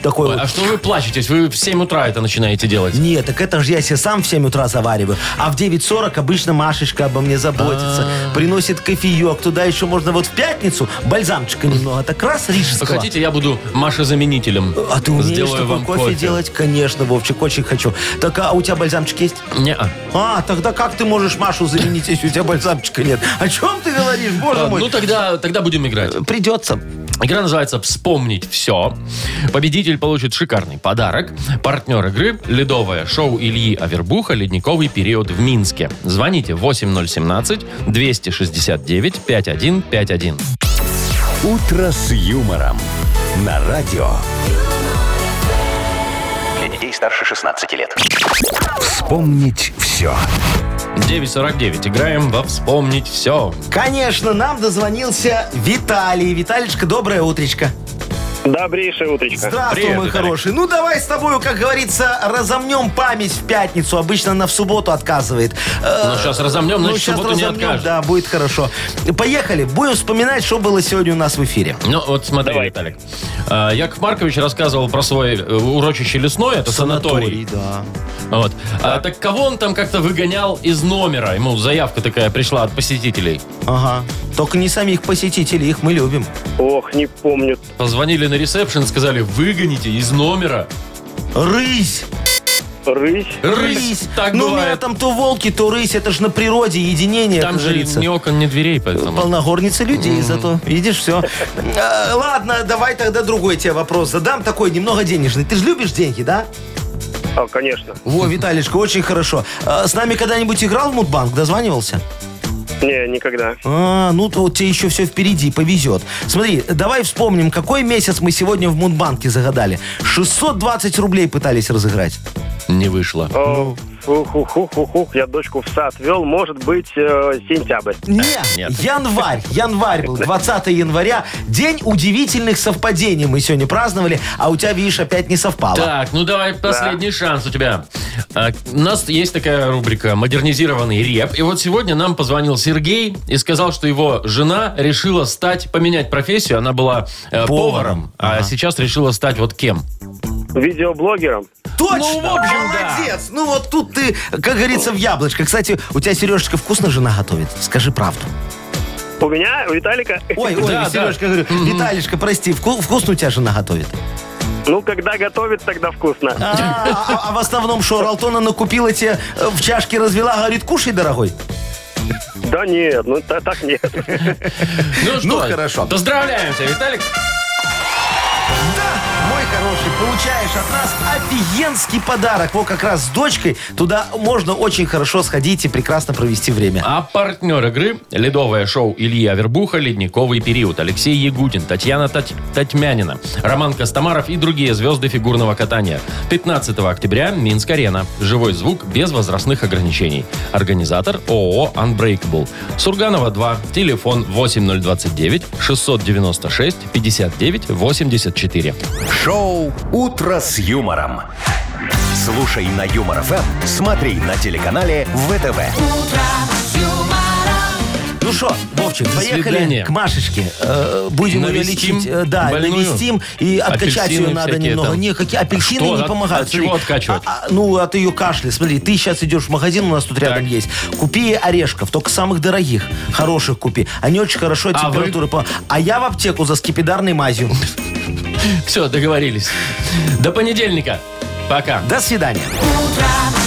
[SPEAKER 3] такой
[SPEAKER 2] Ой,
[SPEAKER 3] вот.
[SPEAKER 2] а что вы плачетесь? Вы в 7 утра это начинаете делать.
[SPEAKER 3] Нет, так это же я себе сам в 7 утра завариваю. А в 9.40 обычно Машечка обо мне заботится.
[SPEAKER 2] А.
[SPEAKER 3] Приносит кофеек. Туда еще можно вот в пятницу бальзамчика немного. Так раз
[SPEAKER 2] Вы
[SPEAKER 3] рижского.
[SPEAKER 2] хотите, я буду Маша-заменителем.
[SPEAKER 3] А ты умеешь
[SPEAKER 2] Сделаю
[SPEAKER 3] такой
[SPEAKER 2] вам
[SPEAKER 3] кофе, делать? Конечно, Вовчик, очень хочу. Так, а у тебя бальзамчик есть?
[SPEAKER 2] Неа.
[SPEAKER 3] А, тогда как ты можешь Машу заменить, если у тебя бальзамчика нет? О чем ты говоришь, боже
[SPEAKER 2] А,
[SPEAKER 3] мой?
[SPEAKER 2] Ну, тогда, тогда будем играть.
[SPEAKER 3] Придется.
[SPEAKER 2] Игра называется «Вспомнить все». Победитель получит шикарный подарок. Партнер игры – ледовое шоу Ильи Авербуха «Ледниковый период в Минске». Звоните 8017-269-5151.
[SPEAKER 1] «Утро с юмором». На радио.
[SPEAKER 5] Для детей старше 16 лет.
[SPEAKER 1] Вспомнить все.
[SPEAKER 2] 949. Играем во «Вспомнить все».
[SPEAKER 3] Конечно, нам дозвонился Виталий. Виталичка, доброе утречко.
[SPEAKER 8] Добрейшее утречко.
[SPEAKER 3] Здравствуй,
[SPEAKER 2] Привет,
[SPEAKER 3] мой
[SPEAKER 2] Виталик.
[SPEAKER 3] хороший. Ну, давай с тобою, как говорится, разомнем память в пятницу. Обычно она в субботу отказывает. Э,
[SPEAKER 2] Ну, сейчас разомнем, значит, в
[SPEAKER 3] щас
[SPEAKER 2] субботу не откажет.
[SPEAKER 3] Да, будет хорошо. Поехали. Будем вспоминать, что было сегодня у нас в эфире.
[SPEAKER 2] Ну, вот смотри,
[SPEAKER 8] Давай.
[SPEAKER 2] Виталик. А, Яков Маркович рассказывал про свой э, урочище лесное, это санаторий.
[SPEAKER 3] да.
[SPEAKER 2] Вот. А, так кого он там как-то выгонял из номера? Ему заявка такая пришла от посетителей.
[SPEAKER 3] Ага. Только не самих посетителей, их мы любим.
[SPEAKER 8] Ох, не помню.
[SPEAKER 2] Позвонили на ресепшн, сказали, выгоните из номера.
[SPEAKER 3] Рысь!
[SPEAKER 8] Рысь.
[SPEAKER 2] Рысь, так
[SPEAKER 3] ну, у меня
[SPEAKER 2] бывает.
[SPEAKER 3] там то волки, то рысь. Это же на природе единение,
[SPEAKER 2] Там
[SPEAKER 3] как
[SPEAKER 2] же
[SPEAKER 3] говорится.
[SPEAKER 2] ни окон, ни дверей, поэтому...
[SPEAKER 3] Полногорница людей зато. Видишь, все. ладно, давай тогда другой тебе вопрос задам. Такой, немного денежный. Ты же любишь деньги, да?
[SPEAKER 8] А, конечно.
[SPEAKER 3] Во, Виталишка, очень хорошо. А, С нами когда-нибудь играл в Мудбанк, дозванивался?
[SPEAKER 8] Не, никогда.
[SPEAKER 3] А, ну то вот тебе еще все впереди, повезет. Смотри, давай вспомним, какой месяц мы сегодня в Мудбанке загадали. 620 рублей пытались разыграть.
[SPEAKER 2] Не вышло.
[SPEAKER 8] О, Ух, ух, ух, ух, ух, я дочку в сад вел, может быть, э, сентябрь.
[SPEAKER 3] Нет,
[SPEAKER 2] Нет.
[SPEAKER 3] январь. Январь был, 20 января. День удивительных совпадений мы сегодня праздновали, а у тебя, видишь, опять не совпало.
[SPEAKER 2] Так, ну давай последний шанс у тебя. А, У нас есть такая рубрика «Модернизированный реп». И вот сегодня нам позвонил Сергей и сказал, что его жена решила стать, поменять профессию. Она была э, поваром,
[SPEAKER 3] Поваром.
[SPEAKER 2] а сейчас решила стать вот кем?
[SPEAKER 8] Видеоблогером.
[SPEAKER 3] Точно!
[SPEAKER 2] Ну, в общем, да.
[SPEAKER 3] Молодец! Ну, вот тут ты, как говорится, в яблочко. Кстати, у тебя, Сережечка, вкусно жена готовит? Скажи правду.
[SPEAKER 8] У меня, у Виталика, [laughs]
[SPEAKER 3] Ой, ой,
[SPEAKER 2] Да, да.
[SPEAKER 3] Сережка, говорю, Виталишка, прости, вку- вкусно у тебя жена готовит?
[SPEAKER 8] ну, когда готовит, тогда вкусно.
[SPEAKER 3] А, а- а в основном что, Ралтона накупила тебе, э, в чашке развела, говорит, кушай, дорогой.
[SPEAKER 8] Да нет, ну та- так нет.
[SPEAKER 2] Ну, что,
[SPEAKER 3] хорошо.
[SPEAKER 2] Поздравляем тебя, Виталик.
[SPEAKER 3] Да, мой хороший, получаешь от нас офигенский подарок. Вот как раз с дочкой туда можно очень хорошо сходить и прекрасно провести время.
[SPEAKER 2] А партнер игры – ледовое шоу Илья Вербуха «Ледниковый период», Алексей Ягудин, Татьяна Тать- Татьмянина, Роман Костомаров и другие звезды фигурного катания. 15 октября Минск-арена. Живой звук без возрастных ограничений. Организатор ООО «Unbreakable». Сурганова 2, телефон 8029-696-5984.
[SPEAKER 1] Шоу «Утро с юмором». Слушай на Юмор ФМ, смотри на телеканале ВТВ.
[SPEAKER 3] Ну что, Вовчик, поехали
[SPEAKER 2] свидания.
[SPEAKER 3] к Машечке. Э, будем
[SPEAKER 2] Навестим
[SPEAKER 3] ее лечить. Э, Да,
[SPEAKER 2] больную.
[SPEAKER 3] навестим. И откачать
[SPEAKER 2] Апельсины
[SPEAKER 3] ее надо
[SPEAKER 2] всякие
[SPEAKER 3] немного.
[SPEAKER 2] там. А
[SPEAKER 3] Не, какие апельсины
[SPEAKER 2] Что?
[SPEAKER 3] не
[SPEAKER 2] От-
[SPEAKER 3] помогают.
[SPEAKER 2] от чего
[SPEAKER 3] Смотри,
[SPEAKER 2] откачивать?
[SPEAKER 3] а- а, ну, от ее кашля. Смотри, ты сейчас идешь в магазин, у нас тут рядом есть. Купи орешков, только самых дорогих, хороших купи. Они очень хорошо
[SPEAKER 2] А вы?
[SPEAKER 3] температуры... по- А я в аптеку за скипидарной мазью.
[SPEAKER 2] Все, договорились. До понедельника. Пока.
[SPEAKER 3] До свидания.
[SPEAKER 10] утро